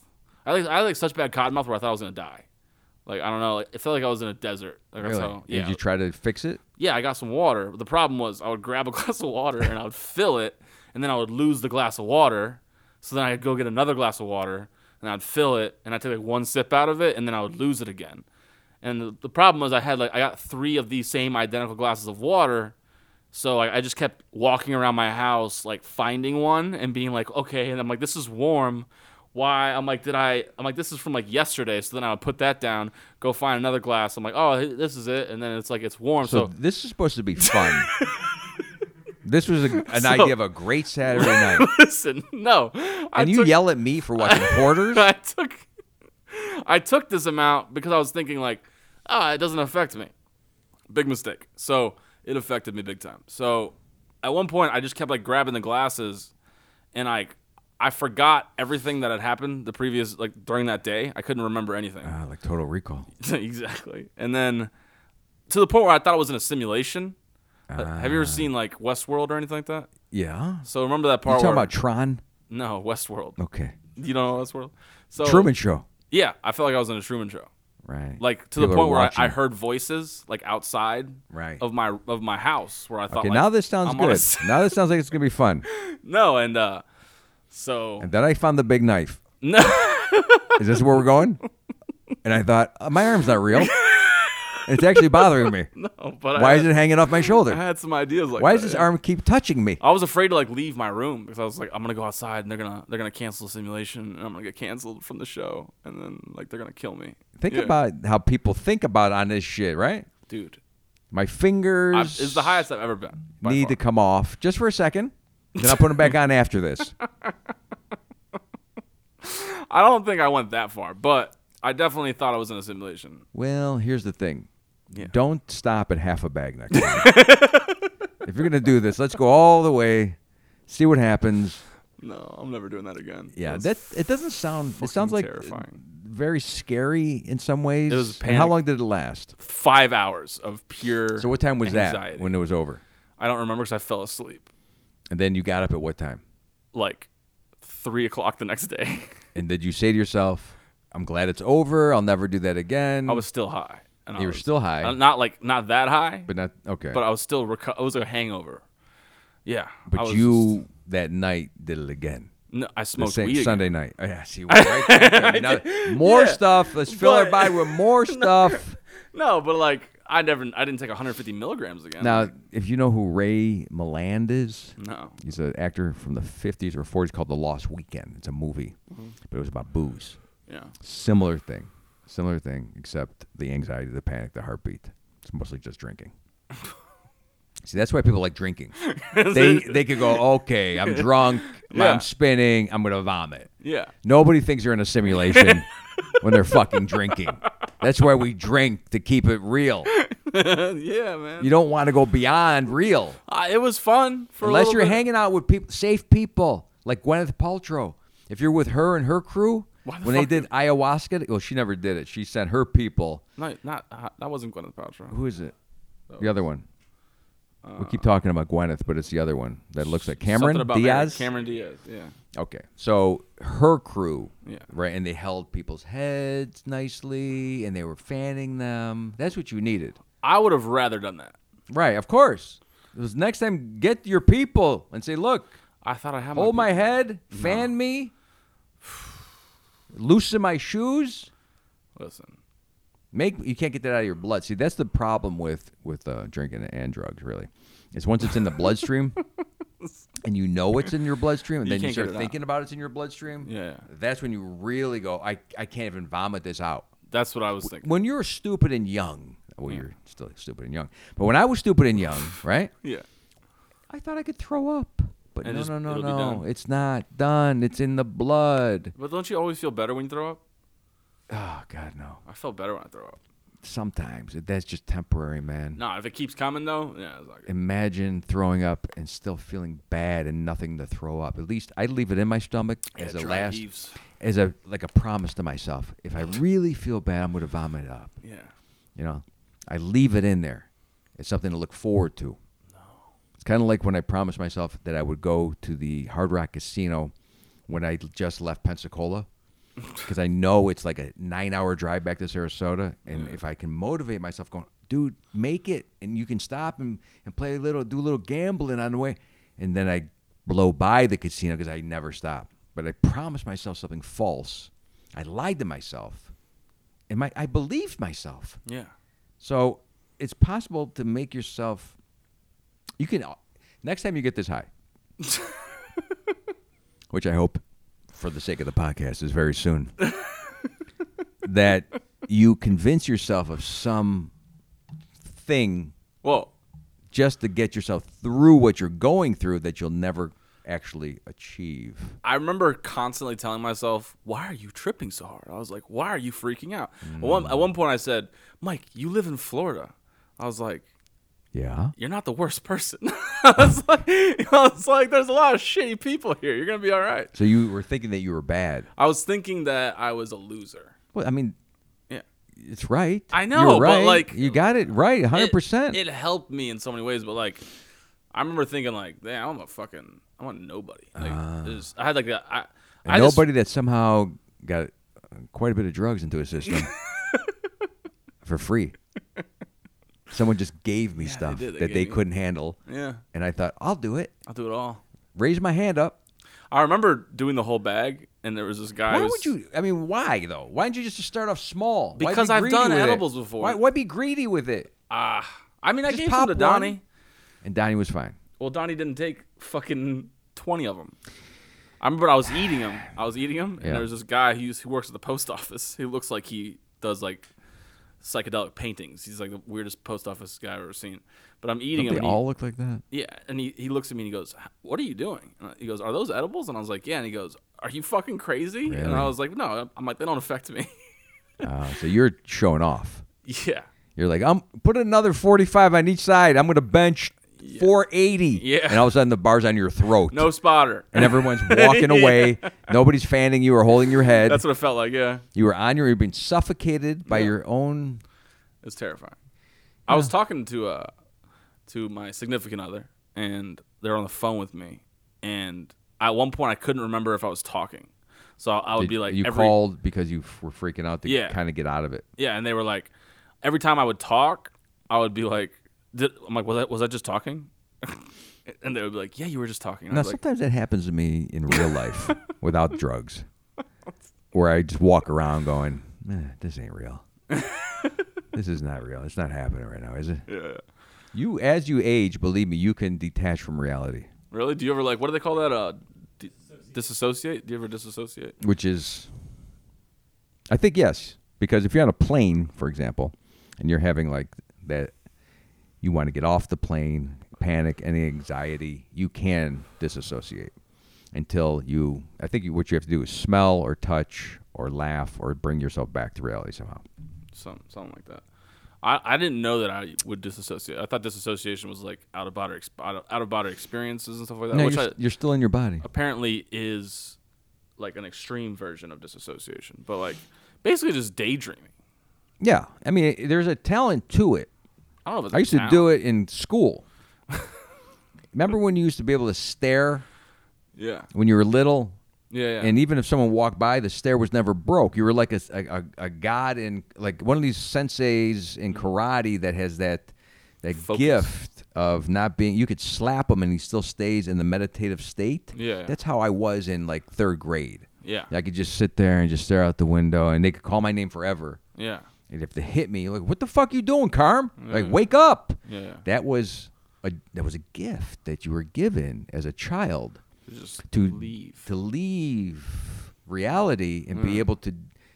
Speaker 2: I like I had like such bad cotton mouth where I thought I was gonna die. Like I don't know. Like, it felt like I was in a desert. Like, that's
Speaker 1: Really?
Speaker 2: how- yeah.
Speaker 1: Did you try to fix it?
Speaker 2: yeah, I got some water. But the problem was I would grab a glass of water and I would fill it, and then I would lose the glass of water. So then I'd go get another glass of water, and I'd fill it, and I'd take like one sip out of it, and then I would lose it again. And the, the problem was I had like I got three of these same identical glasses of water, so I, I just kept walking around my house like finding one and being like, okay, and I'm like, this is warm. Why? I'm like, did I? I'm like, this is from like yesterday. So then I would put that down, go find another glass. I'm like, oh, this is it. And then it's like it's warm.
Speaker 1: So,
Speaker 2: so
Speaker 1: this is supposed to be fun. this was a, an
Speaker 2: So-
Speaker 1: idea of a great Saturday night,
Speaker 2: Listen, no. I
Speaker 1: and you
Speaker 2: took,
Speaker 1: yell at me for watching Porters.
Speaker 2: I took I took this amount because I was thinking like, ah, it doesn't affect me. Big mistake. So it affected me big time. So at one point, I just kept like grabbing the glasses, and I, I forgot everything that had happened the previous like during that day. I couldn't remember anything.
Speaker 1: Ah, like Total Recall.
Speaker 2: exactly. And then to the point where I thought it was in a simulation. Ha- Have you ever seen like Westworld or anything like that?
Speaker 1: Yeah.
Speaker 2: So remember that
Speaker 1: Ah. You
Speaker 2: part
Speaker 1: talking
Speaker 2: where
Speaker 1: about Tron?
Speaker 2: no Westworld.
Speaker 1: Okay.
Speaker 2: You don't know Westworld. So
Speaker 1: Truman Show.
Speaker 2: Yeah, I felt like I was in a Truman Show.
Speaker 1: Right.
Speaker 2: Like to the
Speaker 1: People are
Speaker 2: point where I, I
Speaker 1: watching.
Speaker 2: heard voices like outside
Speaker 1: Right.
Speaker 2: of my of my house where I thought
Speaker 1: Okay,
Speaker 2: like,
Speaker 1: now this sounds
Speaker 2: I'm on a
Speaker 1: good.
Speaker 2: s-
Speaker 1: now this sounds like it's gonna be fun.
Speaker 2: no and uh so
Speaker 1: And then I found the big knife.
Speaker 2: no
Speaker 1: Is this where we're going? And I thought "Uh, my arm's not real. It's actually bothering me.
Speaker 2: but
Speaker 1: Why
Speaker 2: I,
Speaker 1: is
Speaker 2: had-
Speaker 1: it hanging off my
Speaker 2: I
Speaker 1: shoulder?
Speaker 2: had some ideas like
Speaker 1: Why
Speaker 2: that,
Speaker 1: does this
Speaker 2: yeah.
Speaker 1: arm keep touching me?
Speaker 2: I was afraid to like leave my room because I was like I'm gonna go outside and they're gonna they're gonna cancel the simulation and I'm gonna get canceled from the show and then like they're gonna kill me.
Speaker 1: Think
Speaker 2: Yeah.
Speaker 1: about how people think about on this shit, right?
Speaker 2: dude.
Speaker 1: My
Speaker 2: I,
Speaker 1: fingers
Speaker 2: it's the highest I've ever been. by
Speaker 1: need
Speaker 2: far.
Speaker 1: to come off just for a second. Then I'll put them back on after this.
Speaker 2: I don't think I went that far, but I definitely thought I was in a simulation.
Speaker 1: Well, here's the thing.
Speaker 2: Yeah.
Speaker 1: Don't stop at half a bag next time. if you're gonna do this, let's go all the way, see what happens.
Speaker 2: No, I'm never doing that again.
Speaker 1: Yeah,
Speaker 2: That's
Speaker 1: that it doesn't sound. It sounds like
Speaker 2: fucking terrifying.
Speaker 1: very scary in some ways.
Speaker 2: It was
Speaker 1: And how
Speaker 2: panic.
Speaker 1: long did it last?
Speaker 2: five hours of pure.
Speaker 1: So what time was
Speaker 2: anxiety.
Speaker 1: that when it was over?
Speaker 2: I don't remember because I fell asleep
Speaker 1: And then you got up at what time?
Speaker 2: like three o'clock the next day.
Speaker 1: And did you say to yourself, "I'm glad it's over. I'll never do that again."
Speaker 2: I was still high. And I
Speaker 1: You were
Speaker 2: was-
Speaker 1: still high.
Speaker 2: uh, Not like not that high,
Speaker 1: but
Speaker 2: but,
Speaker 1: not okay.
Speaker 2: I was still reco- It was a hangover. Yeah, I
Speaker 1: But
Speaker 2: was
Speaker 1: you that night did it again.
Speaker 2: No, I
Speaker 1: The
Speaker 2: smoked
Speaker 1: same
Speaker 2: weed.
Speaker 1: Sunday night. Oh, yeah, see, we're right there. Now, more
Speaker 2: Yeah.
Speaker 1: stuff. Let's fill our
Speaker 2: But-
Speaker 1: body with more stuff.
Speaker 2: Again. No, but like I never. I didn't take 150 milligrams again.
Speaker 1: Now, if you know who Ray Milland is,
Speaker 2: No.
Speaker 1: he's an actor from the 50s or 40s called The Lost Weekend. It's a movie,
Speaker 2: Mm-hmm.
Speaker 1: but it was about booze.
Speaker 2: Yeah.
Speaker 1: Similar thing. Similar thing, except the anxiety, the panic, the heartbeat. It's mostly just drinking. See, that's why people like drinking. they they could go, okay, I'm drunk,
Speaker 2: Yeah.
Speaker 1: I'm spinning, I'm gonna vomit.
Speaker 2: Yeah.
Speaker 1: Nobody thinks they're in a simulation when they're fucking drinking. That's why we drink to keep it real.
Speaker 2: yeah, man.
Speaker 1: You don't want to go beyond real
Speaker 2: I, it was fun for a
Speaker 1: unless
Speaker 2: little
Speaker 1: you're
Speaker 2: bit.
Speaker 1: hanging out with people, safe people like Gwyneth Paltrow. If you're with her and her crew,
Speaker 2: Why the
Speaker 1: when they
Speaker 2: fuck-
Speaker 1: did ayahuasca, well, she never did it. She sent her people.
Speaker 2: No, not uh, that wasn't Gwyneth Paltrow.
Speaker 1: Who is it?
Speaker 2: Oh,
Speaker 1: The other one. we keep talking about Gwyneth, but it's the other one that looks like Cameron
Speaker 2: uh, Something about
Speaker 1: Diaz.
Speaker 2: Cameron Diaz. Yeah.
Speaker 1: Okay, so her crew,
Speaker 2: Yeah.
Speaker 1: right, and they held people's heads nicely, and they were fanning them. That's what you needed,
Speaker 2: I would have rather done that.
Speaker 1: right? Of course. It was next time, get your people and say, "Look,
Speaker 2: I thought I had
Speaker 1: Hold my
Speaker 2: beer.
Speaker 1: head, fan me, loosen my shoes.
Speaker 2: Listen,
Speaker 1: Make you can't get that out of your blood. See, that's the problem with with uh, drinking and drugs. Really, is once it's in the bloodstream, and you know it's in your bloodstream, and
Speaker 2: You
Speaker 1: then you
Speaker 2: can't get
Speaker 1: start
Speaker 2: it out.
Speaker 1: thinking about it's in your bloodstream.
Speaker 2: Yeah.
Speaker 1: that's when you really go. I I can't even vomit this out.
Speaker 2: that's what I was thinking.
Speaker 1: When you're stupid and young, well, you're still stupid and young. But when I was stupid and young, right?
Speaker 2: Yeah.
Speaker 1: I thought I could throw up. But
Speaker 2: And
Speaker 1: no,
Speaker 2: just-
Speaker 1: no, no,
Speaker 2: it'll be
Speaker 1: no.
Speaker 2: done.
Speaker 1: It's not done. It's in the blood.
Speaker 2: But don't you always feel better when you throw up?
Speaker 1: Oh God, no.
Speaker 2: I felt better when I throw up.
Speaker 1: Sometimes that's just temporary, man.
Speaker 2: Nah, if it keeps coming though, yeah, it's not good.
Speaker 1: Imagine throwing up and still feeling bad and nothing to throw up. At least I leave it in my stomach as
Speaker 2: Yeah,
Speaker 1: a
Speaker 2: dry
Speaker 1: last,
Speaker 2: heaves.
Speaker 1: as a like a promise to myself. If I
Speaker 2: Mm-hmm.
Speaker 1: really feel bad, I'm gonna vomit it up.
Speaker 2: Yeah.
Speaker 1: You know, I leave it in there. It's something to look forward to. It's kind of like when I promised myself that I would go to the Hard Rock Casino when I just left Pensacola because I know it's like a nine hour drive back to Sarasota. And if I can motivate myself, going, dude, make it, and you can stop and, and play a little, do a little gambling on the way. And then I blow by the casino because I never stop. But I promised myself something false. I lied to myself. And my, I believed myself.
Speaker 2: Yeah.
Speaker 1: So it's possible to make yourself. You can next time you get this high, which I hope, for the sake of the podcast, is very soon. that you convince yourself of some thing
Speaker 2: Well,
Speaker 1: just to get yourself through what you're going through that you'll never actually achieve.
Speaker 2: I remember constantly telling myself, "Why are you tripping so hard?" I was like, "Why are you freaking out?" At, one, at one point, I said, "Mike, you live in Florida." I was like,
Speaker 1: Yeah.
Speaker 2: "You're not the worst person." I, was like, I was like, "There's a lot of shitty people here. You're gonna be all right."
Speaker 1: So you were thinking that you were bad.
Speaker 2: I was thinking that I was a loser.
Speaker 1: Well, I mean,
Speaker 2: Yeah.
Speaker 1: it's right.
Speaker 2: I
Speaker 1: You're
Speaker 2: know, but,
Speaker 1: right.
Speaker 2: like,
Speaker 1: you got it right, hundred
Speaker 2: It-
Speaker 1: percent.
Speaker 2: It helped me in so many ways, but like, I remember thinking like, "Damn, I'm a fucking, I'm a nobody." Like, there's- I had like that. I, I just-
Speaker 1: Ah. Nobody that somehow got uh, quite a bit of drugs into his system for free. Someone just gave me stuff
Speaker 2: did. They
Speaker 1: that
Speaker 2: gave
Speaker 1: they
Speaker 2: me-
Speaker 1: couldn't handle,
Speaker 2: yeah,
Speaker 1: and I thought, I'll do it.
Speaker 2: I'll do it all.
Speaker 1: Raise my hand up.
Speaker 2: I remember doing the whole bag, and there was this guy.
Speaker 1: Why
Speaker 2: who was-
Speaker 1: would you? I mean, why though? Why didn't you just start off small? Why
Speaker 2: Because
Speaker 1: be
Speaker 2: I've
Speaker 1: greedy
Speaker 2: done
Speaker 1: with it?
Speaker 2: edibles before.
Speaker 1: Why, why be greedy with it?
Speaker 2: Ah, I mean, I
Speaker 1: Just
Speaker 2: gave
Speaker 1: pop
Speaker 2: some to Donnie.
Speaker 1: one. And Donnie was fine.
Speaker 2: Well, Donnie didn't take fucking twenty of them. I remember I was eating them. I was eating them, and
Speaker 1: Yeah.
Speaker 2: there was this guy who, used, who works at the post office. He looks like he does like psychedelic paintings. He's like the weirdest post office guy I've ever seen. But I'm eating
Speaker 1: Don't they
Speaker 2: them.
Speaker 1: all look like that?
Speaker 2: Yeah, and he, he looks at me and he goes, "What are you doing?" And I- he goes, "Are those edibles?" And I was like, "Yeah." And he goes, "Are you fucking crazy?" And
Speaker 1: Really?
Speaker 2: I was like, "No." I'm like, "They don't affect me."
Speaker 1: Uh, so you're showing off.
Speaker 2: yeah,
Speaker 1: You're like, I'm put another 45 on each side. I'm gonna bench 480.
Speaker 2: Yeah.
Speaker 1: And all of a sudden, the bar's on your throat.
Speaker 2: no spotter.
Speaker 1: And everyone's walking away. Nobody's fanning you or holding your head.
Speaker 2: That's what it felt like. Yeah,
Speaker 1: you were on your. You've been suffocated by your own.
Speaker 2: it was terrifying. I was talking to uh to my significant other, and they're on the phone with me. And at one point, I couldn't remember if I was talking, so I, I would
Speaker 1: Did-
Speaker 2: be like,
Speaker 1: you
Speaker 2: every,
Speaker 1: called because you f- were freaking out to
Speaker 2: Yeah.
Speaker 1: kind of get out of it.
Speaker 2: Yeah, and they were like, every time I would talk, I would be like, did, I'm like, was I was I just talking? and they would be like, yeah, you were just talking. And
Speaker 1: Now,
Speaker 2: I was like,
Speaker 1: sometimes that happens to me in real life without drugs, where I just walk around going, eh, "This ain't real. this is not real. It's not happening right now, is it?"
Speaker 2: yeah.
Speaker 1: You, as you age, believe me, you can detach from reality,
Speaker 2: Really? Do you ever like what do they call that? Uh, di- disassociate? Do you ever disassociate?
Speaker 1: which is, I think, yes, because if you're on a plane, for example, and you're having like that, you want to get off the plane, panic, any anxiety, you can disassociate until you. I think you, what you have to do is smell or touch or laugh or bring yourself back to reality somehow.
Speaker 2: Some something like that. I, I didn't know that I would disassociate. I thought disassociation was like out of body ex- out of, out of body experiences and stuff like that,
Speaker 1: No,
Speaker 2: which
Speaker 1: you're,
Speaker 2: I, Oh.
Speaker 1: s- you're still in your body.
Speaker 2: apparently is like an extreme version of disassociation. But like basically just daydreaming.
Speaker 1: Yeah, I mean, there's a talent to it.
Speaker 2: I don't know. If it's
Speaker 1: I used to do it in school. Remember when you used to be able to stare
Speaker 2: Yeah.
Speaker 1: when you were little,
Speaker 2: Yeah. yeah.
Speaker 1: and even if someone walked by, the stare was never broke. You were like a, a, a god in like one of these senseis in karate that has that that
Speaker 2: Mm-hmm. Focus.
Speaker 1: gift of not being. You could slap him and he still stays in the meditative state.
Speaker 2: Yeah.
Speaker 1: that's how I was in like third grade.
Speaker 2: Yeah.
Speaker 1: I could just sit there and just stare out the window, and they could call my name forever.
Speaker 2: yeah.
Speaker 1: And if they hit me, like, what the fuck you doing, Carm? Like, wake up.
Speaker 2: Yeah.
Speaker 1: That was a that was a gift that you were given as a child
Speaker 2: Just
Speaker 1: to
Speaker 2: leave.
Speaker 1: to leave reality and be able to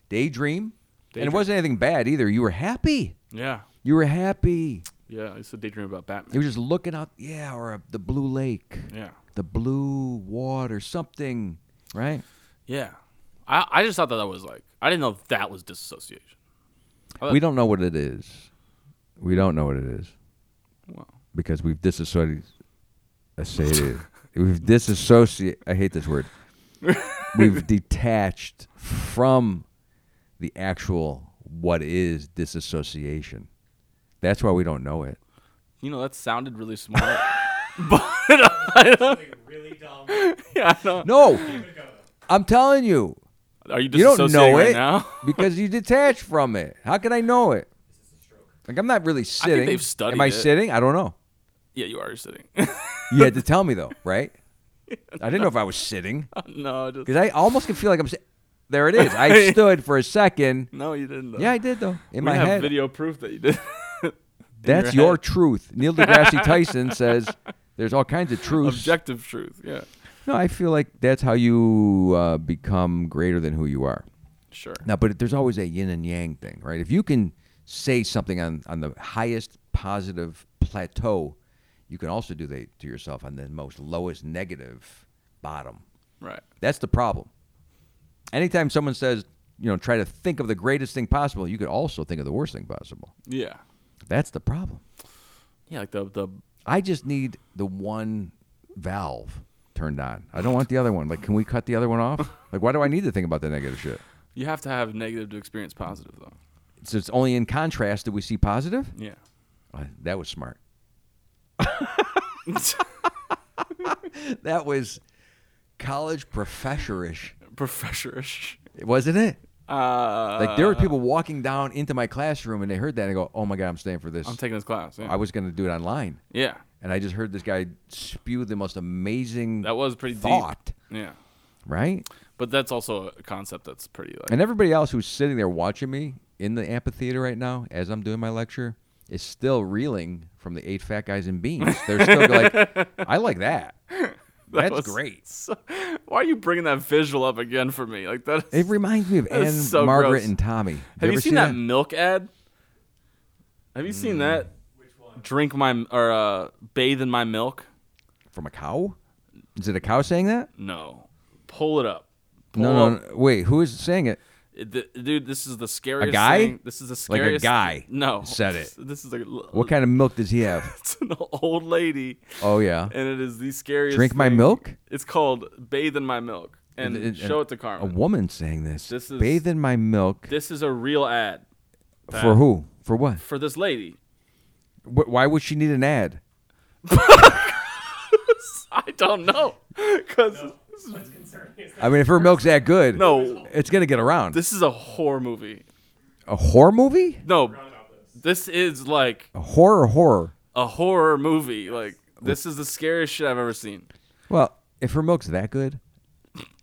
Speaker 1: daydream. And
Speaker 2: Daydream.
Speaker 1: it wasn't anything bad either. You were happy.
Speaker 2: yeah.
Speaker 1: You were happy.
Speaker 2: Yeah. I used to daydream about
Speaker 1: You
Speaker 2: Batman.
Speaker 1: were just looking out, yeah, or a, the blue lake,
Speaker 2: Yeah.
Speaker 1: the blue water, something, right?
Speaker 2: Yeah. I, I just thought that that was like I didn't know that was disassociation. Uh,
Speaker 1: we don't know what it is. We don't know what it is.
Speaker 2: Wow.
Speaker 1: because we've disassociated. we've disassociated. I hate this word. we've detached from the actual what is disassociation. That's why we don't know it.
Speaker 2: You know that sounded really smart. uh,
Speaker 3: Something really dumb. Give
Speaker 2: yeah, I know.
Speaker 1: No,
Speaker 3: it a go.
Speaker 1: I'm telling you,
Speaker 2: Are you
Speaker 1: you don't
Speaker 2: disassociating
Speaker 1: know
Speaker 2: right
Speaker 1: it
Speaker 2: now?
Speaker 1: because you detach from it. How can I know it?
Speaker 3: This is a stroke.
Speaker 1: Like I'm not really sitting.
Speaker 2: they've studied
Speaker 1: Am I
Speaker 2: it.
Speaker 1: sitting? I don't know.
Speaker 2: yeah, you are sitting.
Speaker 1: You had to tell me though, right? I didn't know if I was sitting.
Speaker 2: no, just,
Speaker 1: Because I almost can feel like I'm. s there it is. I stood for a second.
Speaker 2: no, you didn't. Though.
Speaker 1: Yeah, I did though. In
Speaker 2: we
Speaker 1: my
Speaker 2: have
Speaker 1: head.
Speaker 2: video proof that you did. In
Speaker 1: That's
Speaker 2: your
Speaker 1: your,
Speaker 2: head.
Speaker 1: truth. Neil deGrasse Tyson says there's all kinds of truths.
Speaker 2: objective truth. Yeah,
Speaker 1: no, I feel like that's how you uh, become greater than who you are.
Speaker 2: sure.
Speaker 1: Now, but there's always a yin and yang thing, right? If you can say something on, on the highest positive plateau, you can also do that to yourself on the most lowest negative bottom.
Speaker 2: Right.
Speaker 1: That's the problem. Anytime someone says, you know, try to think of the greatest thing possible, you could also think of the worst thing possible.
Speaker 2: Yeah.
Speaker 1: That's the problem.
Speaker 2: Yeah. Like the the
Speaker 1: I just need the one valve turned on. I don't want the other one. Like, can we cut the other one off? Like, why do I need to think about the negative shit?
Speaker 2: you have to have negative to experience positive though.
Speaker 1: So it's only in contrast that we see positive.
Speaker 2: Yeah.
Speaker 1: Uh, that was smart. That was college professorish,
Speaker 2: Professorish.
Speaker 1: wasn't it?
Speaker 2: Uh,
Speaker 1: Like there were people walking down into my classroom and they heard that and they go, "Oh my god, I'm staying for this."
Speaker 2: I'm taking this class. Yeah.
Speaker 1: I was going to do it online,
Speaker 2: yeah.
Speaker 1: and I just heard this guy spew the most amazing
Speaker 2: That was pretty
Speaker 1: thought,
Speaker 2: deep. Yeah.
Speaker 1: right?
Speaker 2: But that's also a concept that's pretty like
Speaker 1: And everybody else who's sitting there watching me in the amphitheater right now as I'm doing my lecture is still reeling from the eight fat guys in beans. They're still like, "I like that.
Speaker 2: That
Speaker 1: That's
Speaker 2: was-
Speaker 1: great."
Speaker 2: So, why are you bringing that visual up again for me? Like that.
Speaker 1: It
Speaker 2: Is,
Speaker 1: reminds me of
Speaker 2: That
Speaker 1: Anne,
Speaker 2: is so
Speaker 1: Margaret,
Speaker 2: gross.
Speaker 1: and Tommy.
Speaker 2: have
Speaker 1: ever
Speaker 2: you seen that, milk ad? Have you seen that?
Speaker 3: Which one?
Speaker 2: Drink my or uh, bathe in my milk?
Speaker 1: from a cow? Is it a cow saying that?
Speaker 2: No. Pull it up. Pull
Speaker 1: No, no,
Speaker 2: up.
Speaker 1: no. Wait, who is saying it?
Speaker 2: It- th- dude, this is the scariest.
Speaker 1: guy?
Speaker 2: Thing. This is the
Speaker 1: Like a
Speaker 2: scariest.
Speaker 1: guy
Speaker 2: No.
Speaker 1: said it.
Speaker 2: This is a.
Speaker 1: What kind of milk does he have?
Speaker 2: It's an old lady,
Speaker 1: Oh yeah.
Speaker 2: and it is the scariest.
Speaker 1: Drink my
Speaker 2: thing.
Speaker 1: milk?
Speaker 2: It's called bathe in my milk, and
Speaker 1: It- it-
Speaker 2: show it to Carmen.
Speaker 1: A woman saying this.
Speaker 2: This is-
Speaker 1: Bathe in my milk
Speaker 2: This is a real ad
Speaker 1: for who? For what?
Speaker 2: for this lady.
Speaker 1: Wh- Why would she need an ad?
Speaker 2: I don't know, cause
Speaker 3: What's concerning is that
Speaker 1: I mean, if her milk's that good,
Speaker 2: No.
Speaker 1: it's gonna get around.
Speaker 2: this is a horror movie.
Speaker 1: a horror movie?
Speaker 2: No,
Speaker 3: wrong about this.
Speaker 2: this is like
Speaker 1: A horror horror.
Speaker 2: a horror movie. Like this is the scariest shit I've ever seen.
Speaker 1: Well, if her milk's that good,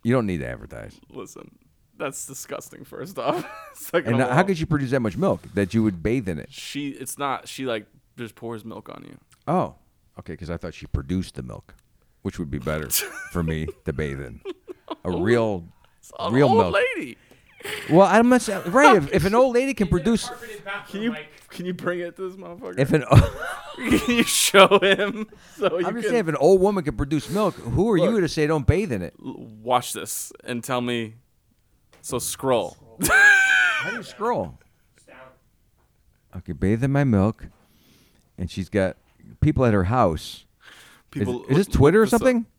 Speaker 1: you don't need to advertise.
Speaker 2: Listen, that's disgusting. First off, Second
Speaker 1: And
Speaker 2: of
Speaker 1: how
Speaker 2: all,
Speaker 1: could you produce that much milk that you would bathe in it?
Speaker 2: she? It's not. She like just pours milk on you.
Speaker 1: Oh, okay. Because I thought she produced the milk, which would be better for me to bathe in. A real,
Speaker 2: It's an
Speaker 1: real
Speaker 2: old
Speaker 1: milk.
Speaker 2: lady.
Speaker 1: Well, I'm not saying, right. If, if an old lady can
Speaker 3: He's in a
Speaker 1: produce,
Speaker 3: carpeted
Speaker 2: Can
Speaker 3: bathroom,
Speaker 2: you
Speaker 3: like,
Speaker 2: can you bring it to this motherfucker?
Speaker 1: if an
Speaker 2: can you show him? So you
Speaker 1: I'm just
Speaker 2: can
Speaker 1: saying, if an old woman can produce milk, who are you
Speaker 2: Look.
Speaker 1: to say don't bathe in it?
Speaker 2: l- watch this and tell me. So scroll.
Speaker 1: How do you scroll?
Speaker 3: it's down.
Speaker 1: Okay, bathe in my milk, and she's got people at her house. Is,
Speaker 2: People,
Speaker 1: is this
Speaker 2: look-
Speaker 1: Twitter or
Speaker 2: look this up.
Speaker 1: something?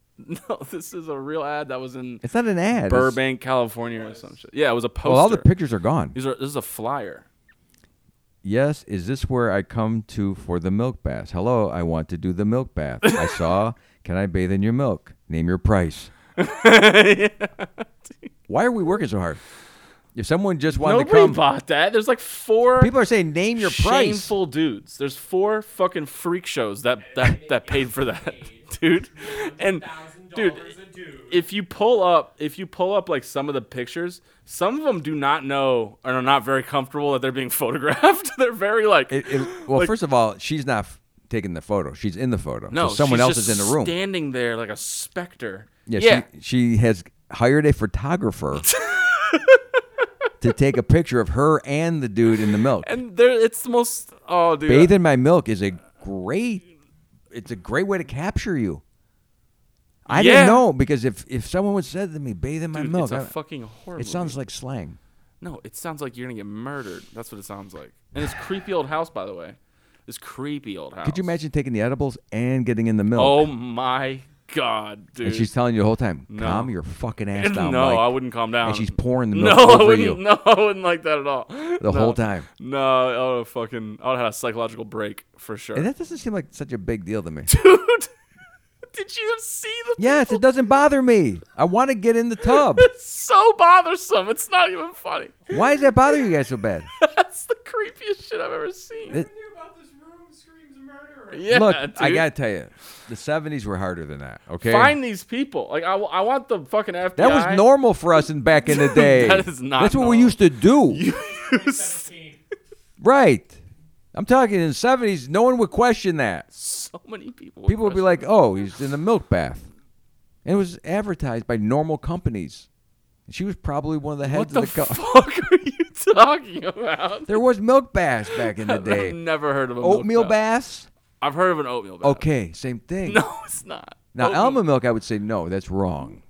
Speaker 2: No, this is a real ad that was in
Speaker 1: It's not an ad. it's-
Speaker 2: Burbank, California, or some shit. Yeah, it was a poster.
Speaker 1: Well, all the pictures are gone.
Speaker 2: These are this is a flyer.
Speaker 1: Yes, is this where I come to for the milk bath? Hello, I want to do the milk bath. I saw. Can I bathe in your milk? Name your price. Why are we working so hard? If someone just wanted
Speaker 2: Nobody
Speaker 1: to come,
Speaker 2: bought that. There's like four
Speaker 1: people are saying name your price.
Speaker 2: shameful dudes. There's four fucking freak shows that that that paid for that, dude. And dude,
Speaker 3: $1,000 a dude.
Speaker 2: if you pull up if you pull up like some of the pictures some of them do not know and are not very comfortable that they're being photographed they're very like
Speaker 1: It- it- well,
Speaker 2: Like-
Speaker 1: first of all, she's not f- taking the photo. She's in the photo. So
Speaker 2: no
Speaker 1: someone
Speaker 2: she's
Speaker 1: else
Speaker 2: just
Speaker 1: is in the room.
Speaker 2: standing there like a specter
Speaker 1: yeah,
Speaker 2: yeah
Speaker 1: She, she has hired a photographer to take a picture of her and the dude in the milk.
Speaker 2: and there it's the most oh dude
Speaker 1: Bathe in my milk is a great. It's a great way to capture you. I
Speaker 2: Yeah.
Speaker 1: didn't know because if if someone would said to me, "Bathe in my
Speaker 2: dude,
Speaker 1: milk,"
Speaker 2: it's a
Speaker 1: I-
Speaker 2: fucking horror
Speaker 1: it sounds like slang.
Speaker 2: no it sounds like you're gonna get murdered that's what it sounds like and it's creepy old house by the way this creepy old house
Speaker 1: Could you imagine taking the edibles and getting in the milk?
Speaker 2: oh my god dude
Speaker 1: and she's telling you the whole time,
Speaker 2: No.
Speaker 1: "Calm your fucking ass
Speaker 2: no
Speaker 1: down." Mike."
Speaker 2: i wouldn't calm down
Speaker 1: and she's pouring the
Speaker 2: no,
Speaker 1: milk
Speaker 2: I
Speaker 1: over
Speaker 2: wouldn't.
Speaker 1: you
Speaker 2: No, I wouldn't like that at all.
Speaker 1: the whole time.
Speaker 2: No, I would have fucking. I would have had a psychological break for sure.
Speaker 1: And that doesn't seem like such a big deal to me.
Speaker 2: Dude, did you see the?
Speaker 1: yes, it doesn't bother me. I want to get in the tub.
Speaker 2: It's so bothersome. It's not even funny.
Speaker 1: Why does that bother you guys so bad?
Speaker 2: That's the creepiest shit I've ever seen.
Speaker 1: It-
Speaker 3: Everything about this room screams murder.
Speaker 2: yeah,
Speaker 1: Look,
Speaker 2: dude.
Speaker 1: I gotta tell you, the '70s were harder than that. Okay,
Speaker 2: find these people. Like I, w- I want the fucking FBI.
Speaker 1: That was normal for us in back in the day.
Speaker 2: That is not
Speaker 1: That's what we
Speaker 2: normal.
Speaker 1: used to do.
Speaker 2: You, you s-
Speaker 3: 17.
Speaker 1: right. I'm talking in the 70s, no one would question that.
Speaker 2: so many people.
Speaker 1: People would be like, "Oh, he's in the milk bath." And it was advertised by normal companies. And she was probably one of the
Speaker 2: "What
Speaker 1: heads
Speaker 2: the
Speaker 1: of the co-
Speaker 2: fuck are you talking about?"
Speaker 1: There was milk baths back in the
Speaker 2: I've
Speaker 1: day.
Speaker 2: never heard of a milk
Speaker 1: Oatmeal
Speaker 2: bath.
Speaker 1: baths?
Speaker 2: I've heard of an oatmeal bath.
Speaker 1: Okay, same thing.
Speaker 2: No, it's not.
Speaker 1: Now,
Speaker 2: Oatmeal.
Speaker 1: almond milk, I would say no, that's wrong.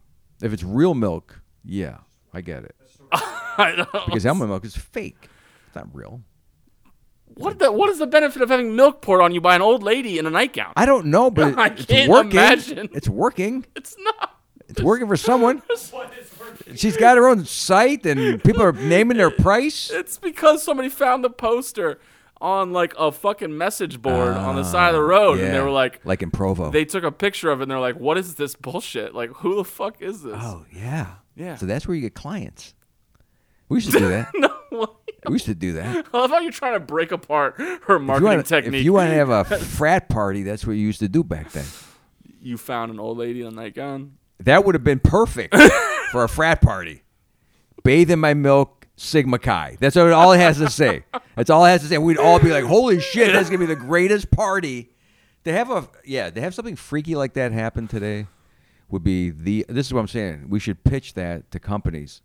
Speaker 1: If it's real milk, yeah, I get it.
Speaker 2: I know.
Speaker 1: Because almond milk is fake. It's not real.
Speaker 2: What the, what is the benefit of having milk poured on you by an old lady in a nightgown?
Speaker 1: I don't know, but
Speaker 2: I
Speaker 1: it, it's
Speaker 2: can't
Speaker 1: working.
Speaker 2: imagine.
Speaker 1: It's working.
Speaker 2: it's not.
Speaker 1: It's working for someone.
Speaker 3: What is working?
Speaker 1: She's got her own site, and people are naming their price.
Speaker 2: It's because somebody found the poster on like a fucking message board on the side of the road, Oh, and they
Speaker 1: Ah, Yeah,
Speaker 2: were like,
Speaker 1: like in Provo.
Speaker 2: they took a picture of it, and they're like, what is this bullshit? Like, who the fuck is this?
Speaker 1: oh yeah,
Speaker 2: Yeah.
Speaker 1: So that's where you get clients. We should do that.
Speaker 2: No way.
Speaker 1: we should do that.
Speaker 2: I love how you're trying to break apart her
Speaker 1: If you
Speaker 2: marketing
Speaker 1: wanna-
Speaker 2: technique.
Speaker 1: If you want to have a frat party, that's what you used to do back then.
Speaker 2: You found an old lady in a nightgown.
Speaker 1: That would have been perfect for a frat party. Bathe in my milk, Sigma Chi. That's all- all it has to say. That's all it has to say. We'd all be like, "Holy shit, that's gonna be the greatest party." To have a yeah, to have something freaky like that happen today would be the. This is what I'm saying. We should pitch that to companies.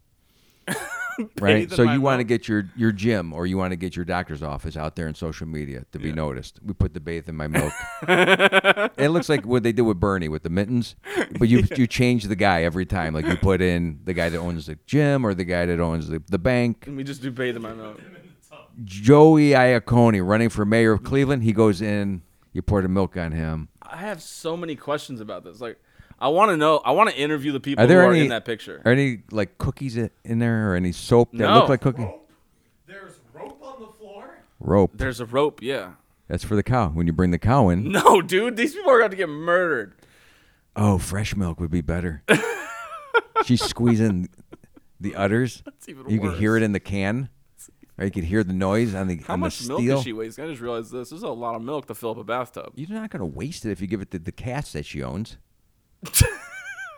Speaker 1: right.
Speaker 2: Bathe in
Speaker 1: So
Speaker 2: my
Speaker 1: you want to
Speaker 2: milk.
Speaker 1: get your your gym or you want to get your doctor's office out there in social media to be noticed. We put the bathe in my milk. It looks like what they did with Bernie with the mittens, but you you change the guy every time. Like you put in the guy that owns the gym or the guy that owns the, the bank.
Speaker 2: Let me just do bathe in my milk.
Speaker 1: Joey Iacone running for mayor of Cleveland. He goes in. You pour the milk on him.
Speaker 2: I have so many questions about this. Like, I want to know. I want to interview the people
Speaker 1: Are there
Speaker 2: who
Speaker 1: any
Speaker 2: are in that picture.
Speaker 1: Are any like cookies i- in there or any soap that
Speaker 2: No.
Speaker 1: look like cookie
Speaker 3: Rope? There's rope on the floor?
Speaker 1: rope?
Speaker 2: There's a rope. Yeah.
Speaker 1: That's for the cow. When you bring the cow in,
Speaker 2: No, dude. These people are about to get murdered.
Speaker 1: oh, fresh milk would be better. She's squeezing the udders.
Speaker 2: That's even
Speaker 1: You can hear
Speaker 2: worse.
Speaker 1: it in the can. Or you can hear the noise on the
Speaker 2: How
Speaker 1: on
Speaker 2: much
Speaker 1: the
Speaker 2: milk
Speaker 1: steel.
Speaker 2: does she waste? I just realized this. There's a lot of milk to fill up a bathtub.
Speaker 1: You're not going to waste it if you give it to the cats that she owns.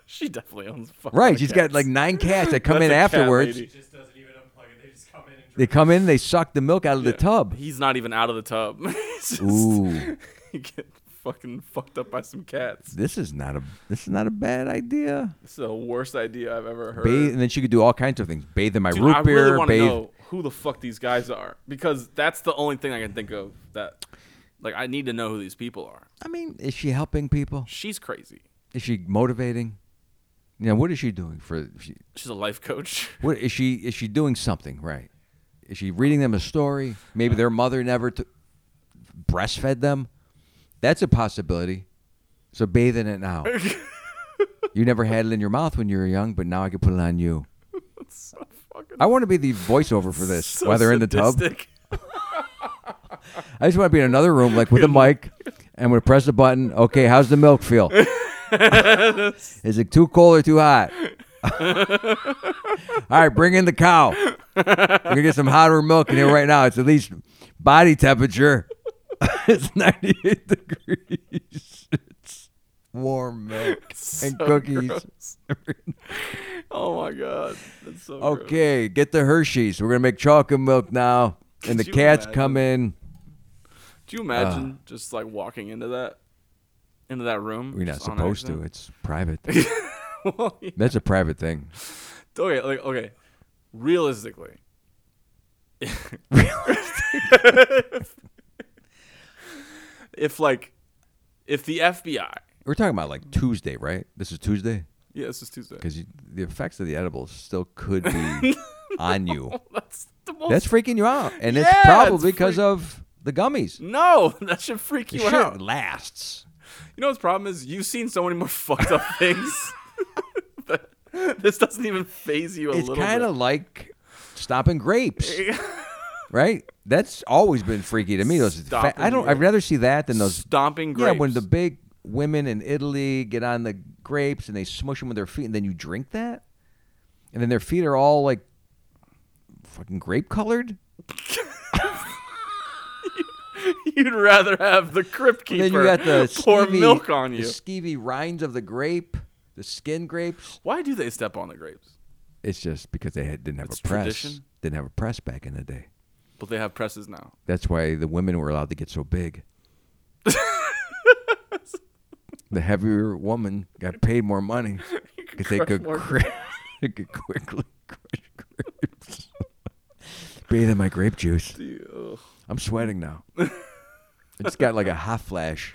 Speaker 2: She definitely owns. a Fucking
Speaker 1: Right.
Speaker 2: lot
Speaker 1: she's
Speaker 2: of
Speaker 1: got
Speaker 2: cats.
Speaker 1: like nine cats that come
Speaker 2: That's
Speaker 1: in
Speaker 2: a cat
Speaker 1: afterwards.
Speaker 2: lady.
Speaker 3: It just doesn't even unplug it. They just come in and
Speaker 1: They
Speaker 3: drink.
Speaker 1: come in, they suck the milk out of the tub.
Speaker 2: He's not even out of the tub. He's just,
Speaker 1: Ooh.
Speaker 2: you get fucking fucked up by some cats.
Speaker 1: This is not a this is not a bad idea.
Speaker 2: This is the worst idea I've ever heard.
Speaker 1: Bathe, and then she could do all kinds of things. Bathe in my
Speaker 2: Dude,
Speaker 1: root
Speaker 2: I
Speaker 1: beer.
Speaker 2: really want to
Speaker 1: bathe.
Speaker 2: know who the fuck these guys are because that's the only thing I can think of that, like, I need to know who these people are.
Speaker 1: I mean, is she helping people?
Speaker 2: She's crazy.
Speaker 1: Is she motivating? You know, what is she doing for? She,
Speaker 2: She's a life coach.
Speaker 1: what is she? Is she doing something right? Is she reading them a story? Maybe their mother never t- breastfed them. That's a possibility. So bathe in it now. you never had it in your mouth when you were young, but now I can put it on you.
Speaker 2: So fucking
Speaker 1: I want to be the voiceover for this
Speaker 2: so
Speaker 1: while they're in the tub.
Speaker 2: sadistic.
Speaker 1: I just want to be in another room, like with a mic, and we press the button. Okay, how's the milk feel? Is it too cold or too hot? All right, bring in the cow. We're gonna get some hotter milk in here right now. It's at least body temperature. it's 98 degrees. It's warm milk and
Speaker 2: So
Speaker 1: cookies.
Speaker 2: gross. Oh my god, that's so gross.
Speaker 1: Okay, get the Hershey's. We're gonna make chocolate milk now, and the
Speaker 2: Could you
Speaker 1: cats come in.
Speaker 2: Do you imagine
Speaker 1: Uh.
Speaker 2: just like walking into that, into that room?
Speaker 1: We're not
Speaker 2: just on
Speaker 1: supposed to.
Speaker 2: accident?
Speaker 1: It's private.
Speaker 2: Well, yeah.
Speaker 1: That's a private thing.
Speaker 2: okay, like okay, realistically, if like, if the FBI,
Speaker 1: We're talking about like Tuesday, right? This is Tuesday
Speaker 2: yeah, this is Tuesday.
Speaker 1: because the effects of the edibles still could be on you.
Speaker 2: That's the most.
Speaker 1: That's freaking you out, and
Speaker 2: Yeah,
Speaker 1: it's
Speaker 2: it's
Speaker 1: probably because
Speaker 2: freak-
Speaker 1: of the gummies.
Speaker 2: no, that should freak
Speaker 1: The
Speaker 2: you
Speaker 1: shit
Speaker 2: out.
Speaker 1: lasts.
Speaker 2: You know what's problem is you've seen so many more fucked up things. that this doesn't even phase you a
Speaker 1: It's
Speaker 2: little.
Speaker 1: kind
Speaker 2: bit.
Speaker 1: of like stopping grapes, right? That's always been freaky to me. Those fa-
Speaker 2: Stopping
Speaker 1: I don't. I'd
Speaker 2: grapes.
Speaker 1: rather see that than those.
Speaker 2: stomping grapes.
Speaker 1: Yeah, when the big women in Italy get on the grapes and they smush them with their feet, and then you drink that, and then their feet are all like fucking grape colored.
Speaker 2: You'd rather have the crypt keeper
Speaker 1: Then you got the
Speaker 2: pour
Speaker 1: skeevy-
Speaker 2: milk on
Speaker 1: the
Speaker 2: you.
Speaker 1: skeevy rinds of the grape, the skin grapes.
Speaker 2: Why do they step on the grapes?
Speaker 1: It's just because they had, didn't have
Speaker 2: It's
Speaker 1: a press.
Speaker 2: tradition.
Speaker 1: Didn't have a press back in the day.
Speaker 2: But they have presses now.
Speaker 1: That's why the women were allowed to get so big. the heavier woman got paid more money because they
Speaker 2: Crush
Speaker 1: could
Speaker 2: more
Speaker 1: cra- they could quickly crush grapes. Bathe in my grape juice.
Speaker 2: Do you- ugh.
Speaker 1: I'm sweating now. I just got like a hot flash.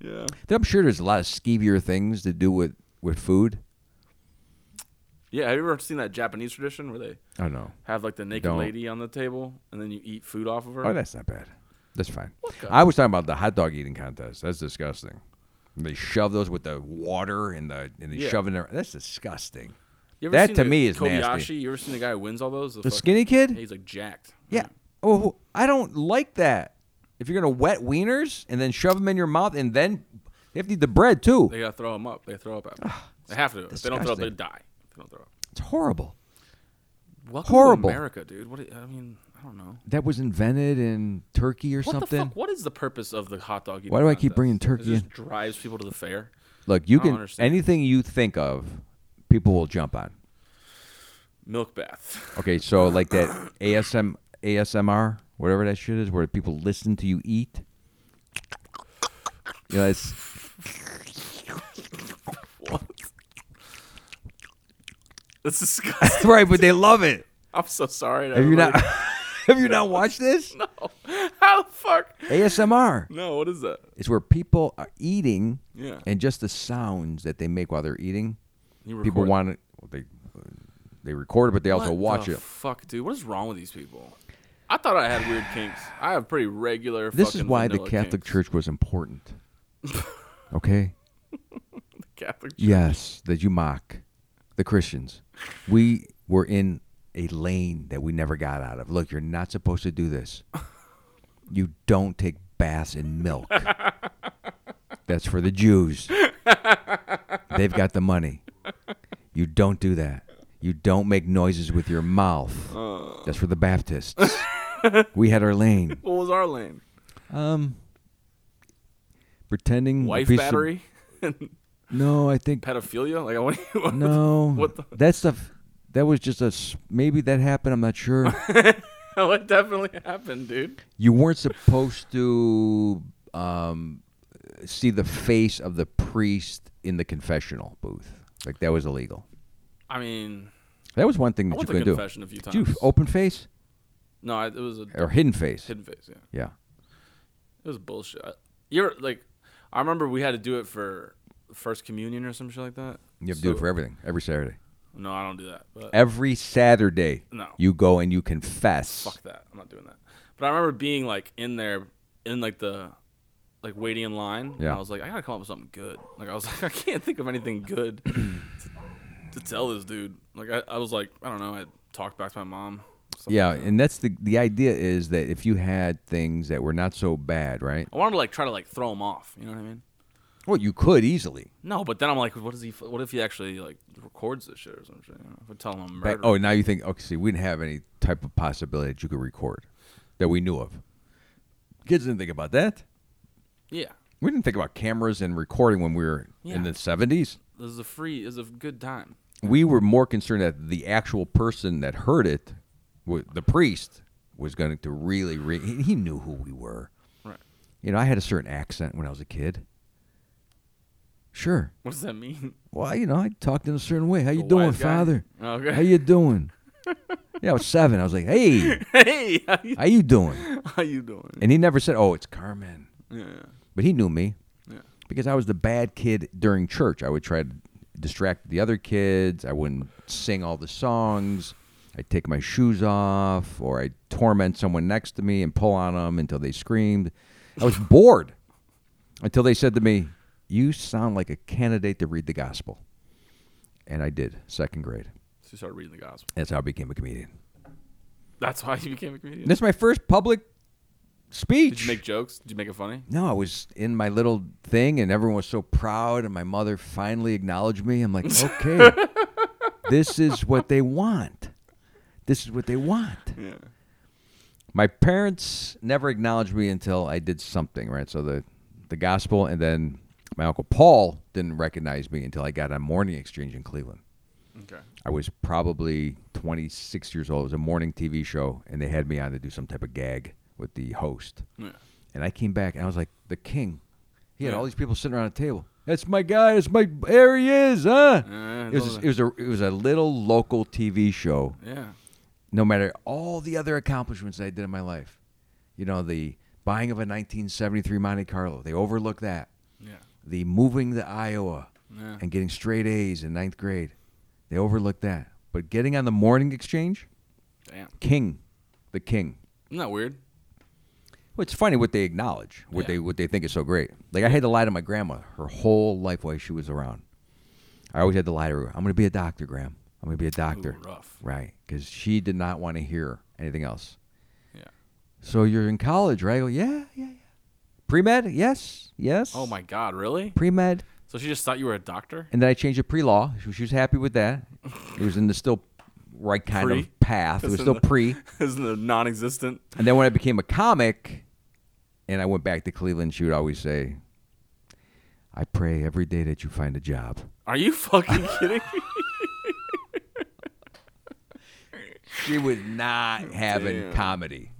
Speaker 2: Yeah.
Speaker 1: I'm sure there's a lot of skeevier things to do with with food.
Speaker 2: Yeah. Have you ever seen that Japanese tradition where they
Speaker 1: I don't know.
Speaker 2: have like the naked
Speaker 1: Don't.
Speaker 2: lady on the table and then you eat food off of her?
Speaker 1: Oh, that's not bad. That's fine.
Speaker 2: the-
Speaker 1: I was talking about the hot dog eating contest. That's disgusting. They shove those with the water and the and they
Speaker 2: Yeah.
Speaker 1: shove in there. That's disgusting.
Speaker 2: You
Speaker 1: That
Speaker 2: seen
Speaker 1: to
Speaker 2: the
Speaker 1: me is
Speaker 2: Kobayashi?
Speaker 1: nasty.
Speaker 2: You ever seen the guy who wins all those?
Speaker 1: The
Speaker 2: fucking-
Speaker 1: skinny
Speaker 2: Yeah,
Speaker 1: kid?
Speaker 2: he's like jacked.
Speaker 1: Yeah. Oh, I don't like that. If you're gonna wet wieners and then shove them in your mouth and then they have to eat the bread too.
Speaker 2: They gotta throw him up. They throw up at him. they have to. If they don't throw up, they
Speaker 1: disgusting.
Speaker 2: die. If they don't throw up.
Speaker 1: It's horrible.
Speaker 2: Welcome
Speaker 1: Horrible.
Speaker 2: to America, dude. What do you- I mean, I don't know.
Speaker 1: That was invented in Turkey or
Speaker 2: What
Speaker 1: something.
Speaker 2: the fuck? What is the purpose of the hot dog? eating
Speaker 1: Why do I keep
Speaker 2: contest?
Speaker 1: bringing
Speaker 2: It
Speaker 1: turkey
Speaker 2: just
Speaker 1: in?
Speaker 2: drives people to the fair.
Speaker 1: Look, you
Speaker 2: I don't
Speaker 1: can
Speaker 2: understand.
Speaker 1: anything you think of, people will jump on.
Speaker 2: Milk bath.
Speaker 1: Okay, so like that ASM ASMR, whatever that shit is, where people listen to you eat. You know, it's
Speaker 2: That's disgusting.
Speaker 1: right, but they love it.
Speaker 2: I'm so sorry. to
Speaker 1: Have you not?
Speaker 2: everybody.
Speaker 1: have you not watched this
Speaker 2: No. How the fuck?
Speaker 1: ASMR?
Speaker 2: No. What is that?
Speaker 1: It's where people are eating,
Speaker 2: Yeah.
Speaker 1: and just the sounds that they make while they're eating.
Speaker 2: You
Speaker 1: People
Speaker 2: record-
Speaker 1: want it. Well, they they record it, but they also
Speaker 2: What
Speaker 1: watch
Speaker 2: the
Speaker 1: it.
Speaker 2: Fuck, dude. What is wrong with these people? I thought I had weird kinks. I have pretty regular.
Speaker 1: This is
Speaker 2: fucking
Speaker 1: why the
Speaker 2: vanilla
Speaker 1: Catholic
Speaker 2: kinks.
Speaker 1: Church was important. Okay.
Speaker 2: Catholic Church.
Speaker 1: Yes, that you mock the Christians. We were in a lane that we never got out of. Look, you're not supposed to do this. You don't take baths in milk. That's for the Jews. They've got the money. You don't do that. You don't make noises with your mouth. That's for the Baptists. we had our lane.
Speaker 2: What was our lane?
Speaker 1: Um, pretending a
Speaker 2: Wife
Speaker 1: piece of-
Speaker 2: battery,
Speaker 1: no, I think
Speaker 2: pedophilia. Like I want to.
Speaker 1: No.
Speaker 2: What the-
Speaker 1: That stuff. That was just a. s- Maybe that happened. I'm not sure.
Speaker 2: what definitely happened, dude?
Speaker 1: you weren't supposed to um, see the face of the priest in the confessional booth. Like that was illegal.
Speaker 2: I mean,
Speaker 1: That was one thing
Speaker 2: I
Speaker 1: that you
Speaker 2: went to
Speaker 1: couldn't do.
Speaker 2: confession a few
Speaker 1: Did you
Speaker 2: times.
Speaker 1: f- open face
Speaker 2: no, I, it was a
Speaker 1: or hidden face?
Speaker 2: hidden face. Yeah,
Speaker 1: Yeah.
Speaker 2: it was bullshit. I- You're like, I remember we had to do it for first communion or some shit like that.
Speaker 1: You have to do it
Speaker 2: So-
Speaker 1: for everything. Every Saturday.
Speaker 2: No, I don't do that. But
Speaker 1: Every Saturday.
Speaker 2: No.
Speaker 1: You go and you confess.
Speaker 2: fuck that. I'm not doing that. But I remember being like in there, in like the, like waiting in line. And
Speaker 1: Yeah.
Speaker 2: I was like, I gotta come up with something good. Like I was like, I can't think of anything good to, to tell this dude. Like I, I was like, I don't know. I talked back to my mom. stuff
Speaker 1: Yeah,
Speaker 2: like that.
Speaker 1: and that's the the idea is that if you had things that were not so bad, right?
Speaker 2: I wanted to like try to like throw him off. You know what I mean?
Speaker 1: Well, you could easily.
Speaker 2: No, but then I'm like, what is he? What if he actually like records this shit or something? You know, if I tell him I'm
Speaker 1: Back-
Speaker 2: murdered.
Speaker 1: oh, now you think okay? See, we didn't have any type of possibility that you could record that we knew of. Kids didn't think about that.
Speaker 2: yeah.
Speaker 1: We didn't think about cameras and recording when we were in
Speaker 2: Yeah.
Speaker 1: the seventies.
Speaker 2: This is a free. This is a good time.
Speaker 1: We were more concerned that the actual person that heard it, wa- the priest, was going to really. Re- he he knew who we were.
Speaker 2: Right.
Speaker 1: You know, I had a certain accent when I was a kid. Sure.
Speaker 2: What does that mean?
Speaker 1: Well, you know, I talked in a certain way. How you
Speaker 2: The
Speaker 1: doing,
Speaker 2: wise guy?
Speaker 1: Father?
Speaker 2: Okay.
Speaker 1: How you doing? yeah, I was seven. I was like, hey,
Speaker 2: hey, how you,
Speaker 1: how you doing?
Speaker 2: how you doing?
Speaker 1: And he never said, "Oh, it's Carmen,"
Speaker 2: Yeah.
Speaker 1: but he knew me
Speaker 2: Yeah.
Speaker 1: because I was the bad kid during church. I would try to distract the other kids. I wouldn't sing all the songs. I'd take my shoes off, or I'd torment someone next to me and pull on them until they screamed. I was bored until they said to me, "You sound like a candidate to read the gospel," and I did. Second grade.
Speaker 2: So you started reading the gospel.
Speaker 1: That's how I became a comedian.
Speaker 2: That's why you became a comedian.
Speaker 1: And this is my first public speech.
Speaker 2: Did you make jokes? Did you make it funny?
Speaker 1: No, I was in my little thing, and everyone was so proud, and my mother finally acknowledged me. I'm like, okay, this is what they want. This is what they want.
Speaker 2: Yeah.
Speaker 1: My parents never acknowledged me until I did something, right? So the, the gospel, and then my uncle Paul didn't recognize me until I got on Morning Exchange in Cleveland.
Speaker 2: Okay.
Speaker 1: I was probably 26 years old. It was a morning TV show, and they had me on to do some type of gag with the host.
Speaker 2: Yeah.
Speaker 1: And I came back and I was like, the king. He had
Speaker 2: Yeah.
Speaker 1: all these people sitting around a table. That's my guy. That's my. There he is, huh?
Speaker 2: Yeah,
Speaker 1: it was.
Speaker 2: totally.
Speaker 1: It was a. It was a little local TV show.
Speaker 2: Yeah.
Speaker 1: No matter all the other accomplishments that I did in my life, you know, the buying of a 1973 Monte Carlo, they overlook that.
Speaker 2: Yeah.
Speaker 1: the moving to Iowa
Speaker 2: Yeah.
Speaker 1: and getting straight A's in ninth grade. They overlooked that. But getting on the morning exchange,
Speaker 2: Damn.
Speaker 1: king, the king.
Speaker 2: Isn't that weird?
Speaker 1: Well, it's funny what they acknowledge, what
Speaker 2: Yeah.
Speaker 1: they what they think is so great. Like I had to lie to my grandma her whole life while she was around. I always had to lie to her. I'm going to be a doctor, Graham. I'm going to be a doctor.
Speaker 2: Ooh, rough.
Speaker 1: Right, because she did not want to hear anything else.
Speaker 2: Yeah.
Speaker 1: So you're in college, right? I go, yeah, yeah, yeah. Pre med, yes, yes.
Speaker 2: Oh my God, really?
Speaker 1: Pre med,
Speaker 2: So she just thought you were a doctor?
Speaker 1: and then I changed to pre law. She, she was happy with that. It was in the still right kind
Speaker 2: Pre?
Speaker 1: of path. It was
Speaker 2: Isn't
Speaker 1: still
Speaker 2: the-
Speaker 1: pre.
Speaker 2: Isn't the non-existent?
Speaker 1: And then when I became a comic and I went back to Cleveland, she would always say, I pray every day that you find a job.
Speaker 2: Are you fucking kidding me?
Speaker 1: She was not having
Speaker 2: Damn.
Speaker 1: comedy.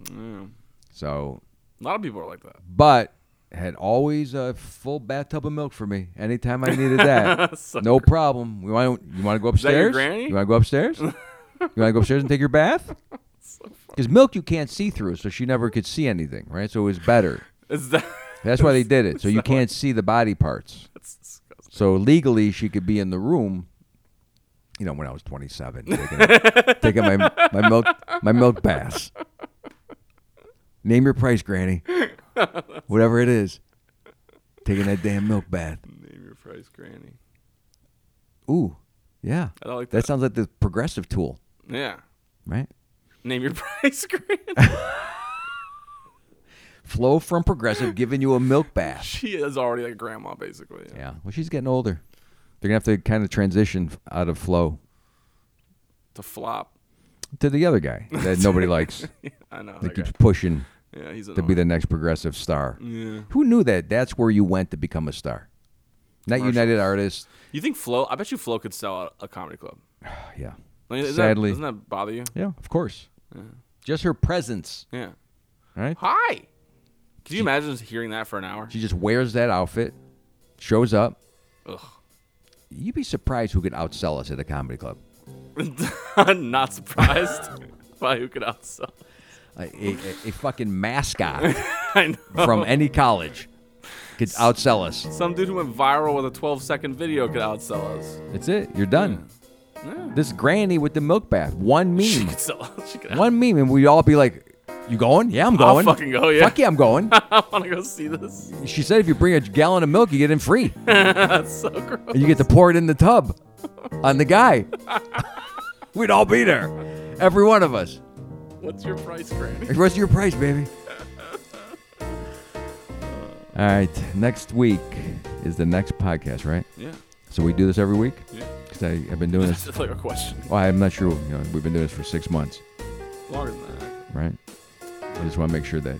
Speaker 1: So,
Speaker 2: A lot of people are like that.
Speaker 1: but had always a full bathtub of milk for me anytime I needed that.
Speaker 2: Sucker.
Speaker 1: no problem. We want you want to go
Speaker 2: that your
Speaker 1: upstairs?
Speaker 2: granny?
Speaker 1: You want to go upstairs? you want to go upstairs and take your bath? Because milk you can't see through, so she never could see anything, right? So it was better.
Speaker 2: Is that?
Speaker 1: That's why they did it. So you can't see the body parts.
Speaker 2: That's disgusting.
Speaker 1: So legally, she could be in the room. You know, when I was 27, taking, taking my my milk my milk baths. Name your price, Granny. Whatever it is, taking that damn milk bath.
Speaker 2: Name your price, Granny.
Speaker 1: Ooh, yeah.
Speaker 2: I don't like
Speaker 1: That
Speaker 2: that.
Speaker 1: sounds like the progressive tool,
Speaker 2: yeah.
Speaker 1: right?
Speaker 2: Name your price, Granny.
Speaker 1: Flow from progressive giving you a milk bath.
Speaker 2: she is already like a grandma, basically. Yeah.
Speaker 1: Yeah. Well, she's getting older. They're gonna have to kind of transition out of flow
Speaker 2: To flop.
Speaker 1: to the other guy that nobody likes.
Speaker 2: I know.
Speaker 1: That
Speaker 2: that guy.
Speaker 1: keeps pushing
Speaker 2: Yeah, he's
Speaker 1: to be the next progressive star.
Speaker 2: Yeah.
Speaker 1: Who knew that? That's where you went to become a star. Not
Speaker 2: Commercials.
Speaker 1: United Artists.
Speaker 2: You think Flo? I bet you Flo could sell out a comedy club.
Speaker 1: Yeah.
Speaker 2: Like, isn't
Speaker 1: Sadly.
Speaker 2: that, doesn't that bother you?
Speaker 1: Yeah, of course. Just her presence,
Speaker 2: Yeah.
Speaker 1: right?
Speaker 2: Hi. Could you imagine just hearing that for an hour?
Speaker 1: She just wears that outfit, shows up.
Speaker 2: Ugh.
Speaker 1: You'd be surprised who could outsell us at a comedy club.
Speaker 2: I'm not surprised by who could outsell.
Speaker 1: A, a, a- a fucking mascot
Speaker 2: I know.
Speaker 1: from any college could outsell us.
Speaker 2: Some dude who went viral with a 12 second video could outsell us.
Speaker 1: That's it. You're done. This granny with the milk bath. One
Speaker 2: She
Speaker 1: meme.
Speaker 2: could sell us. She could
Speaker 1: One meme. And we'd all be like, You going? Yeah, I'm
Speaker 2: I'll
Speaker 1: going.
Speaker 2: fucking go, yeah.
Speaker 1: Fuck yeah, I'm going.
Speaker 2: I want to go see this.
Speaker 1: she said if you bring a gallon of milk, you get in free.
Speaker 2: That's so gross.
Speaker 1: and you get to pour it in the tub on the guy. We'd all be there, every one of us.
Speaker 2: What's your price, Granny?
Speaker 1: Like, What's your price, baby? All right, next week is the next podcast, right?
Speaker 2: Yeah.
Speaker 1: So we do this every week
Speaker 2: Yeah.
Speaker 1: because I've been doing
Speaker 2: That's
Speaker 1: this.
Speaker 2: just like a question.
Speaker 1: Well, I'm not sure. You know, we've been doing this for six months,
Speaker 2: Longer than that.
Speaker 1: right? I just want to make sure that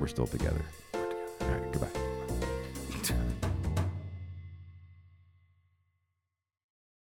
Speaker 1: we're still together. All right, goodbye.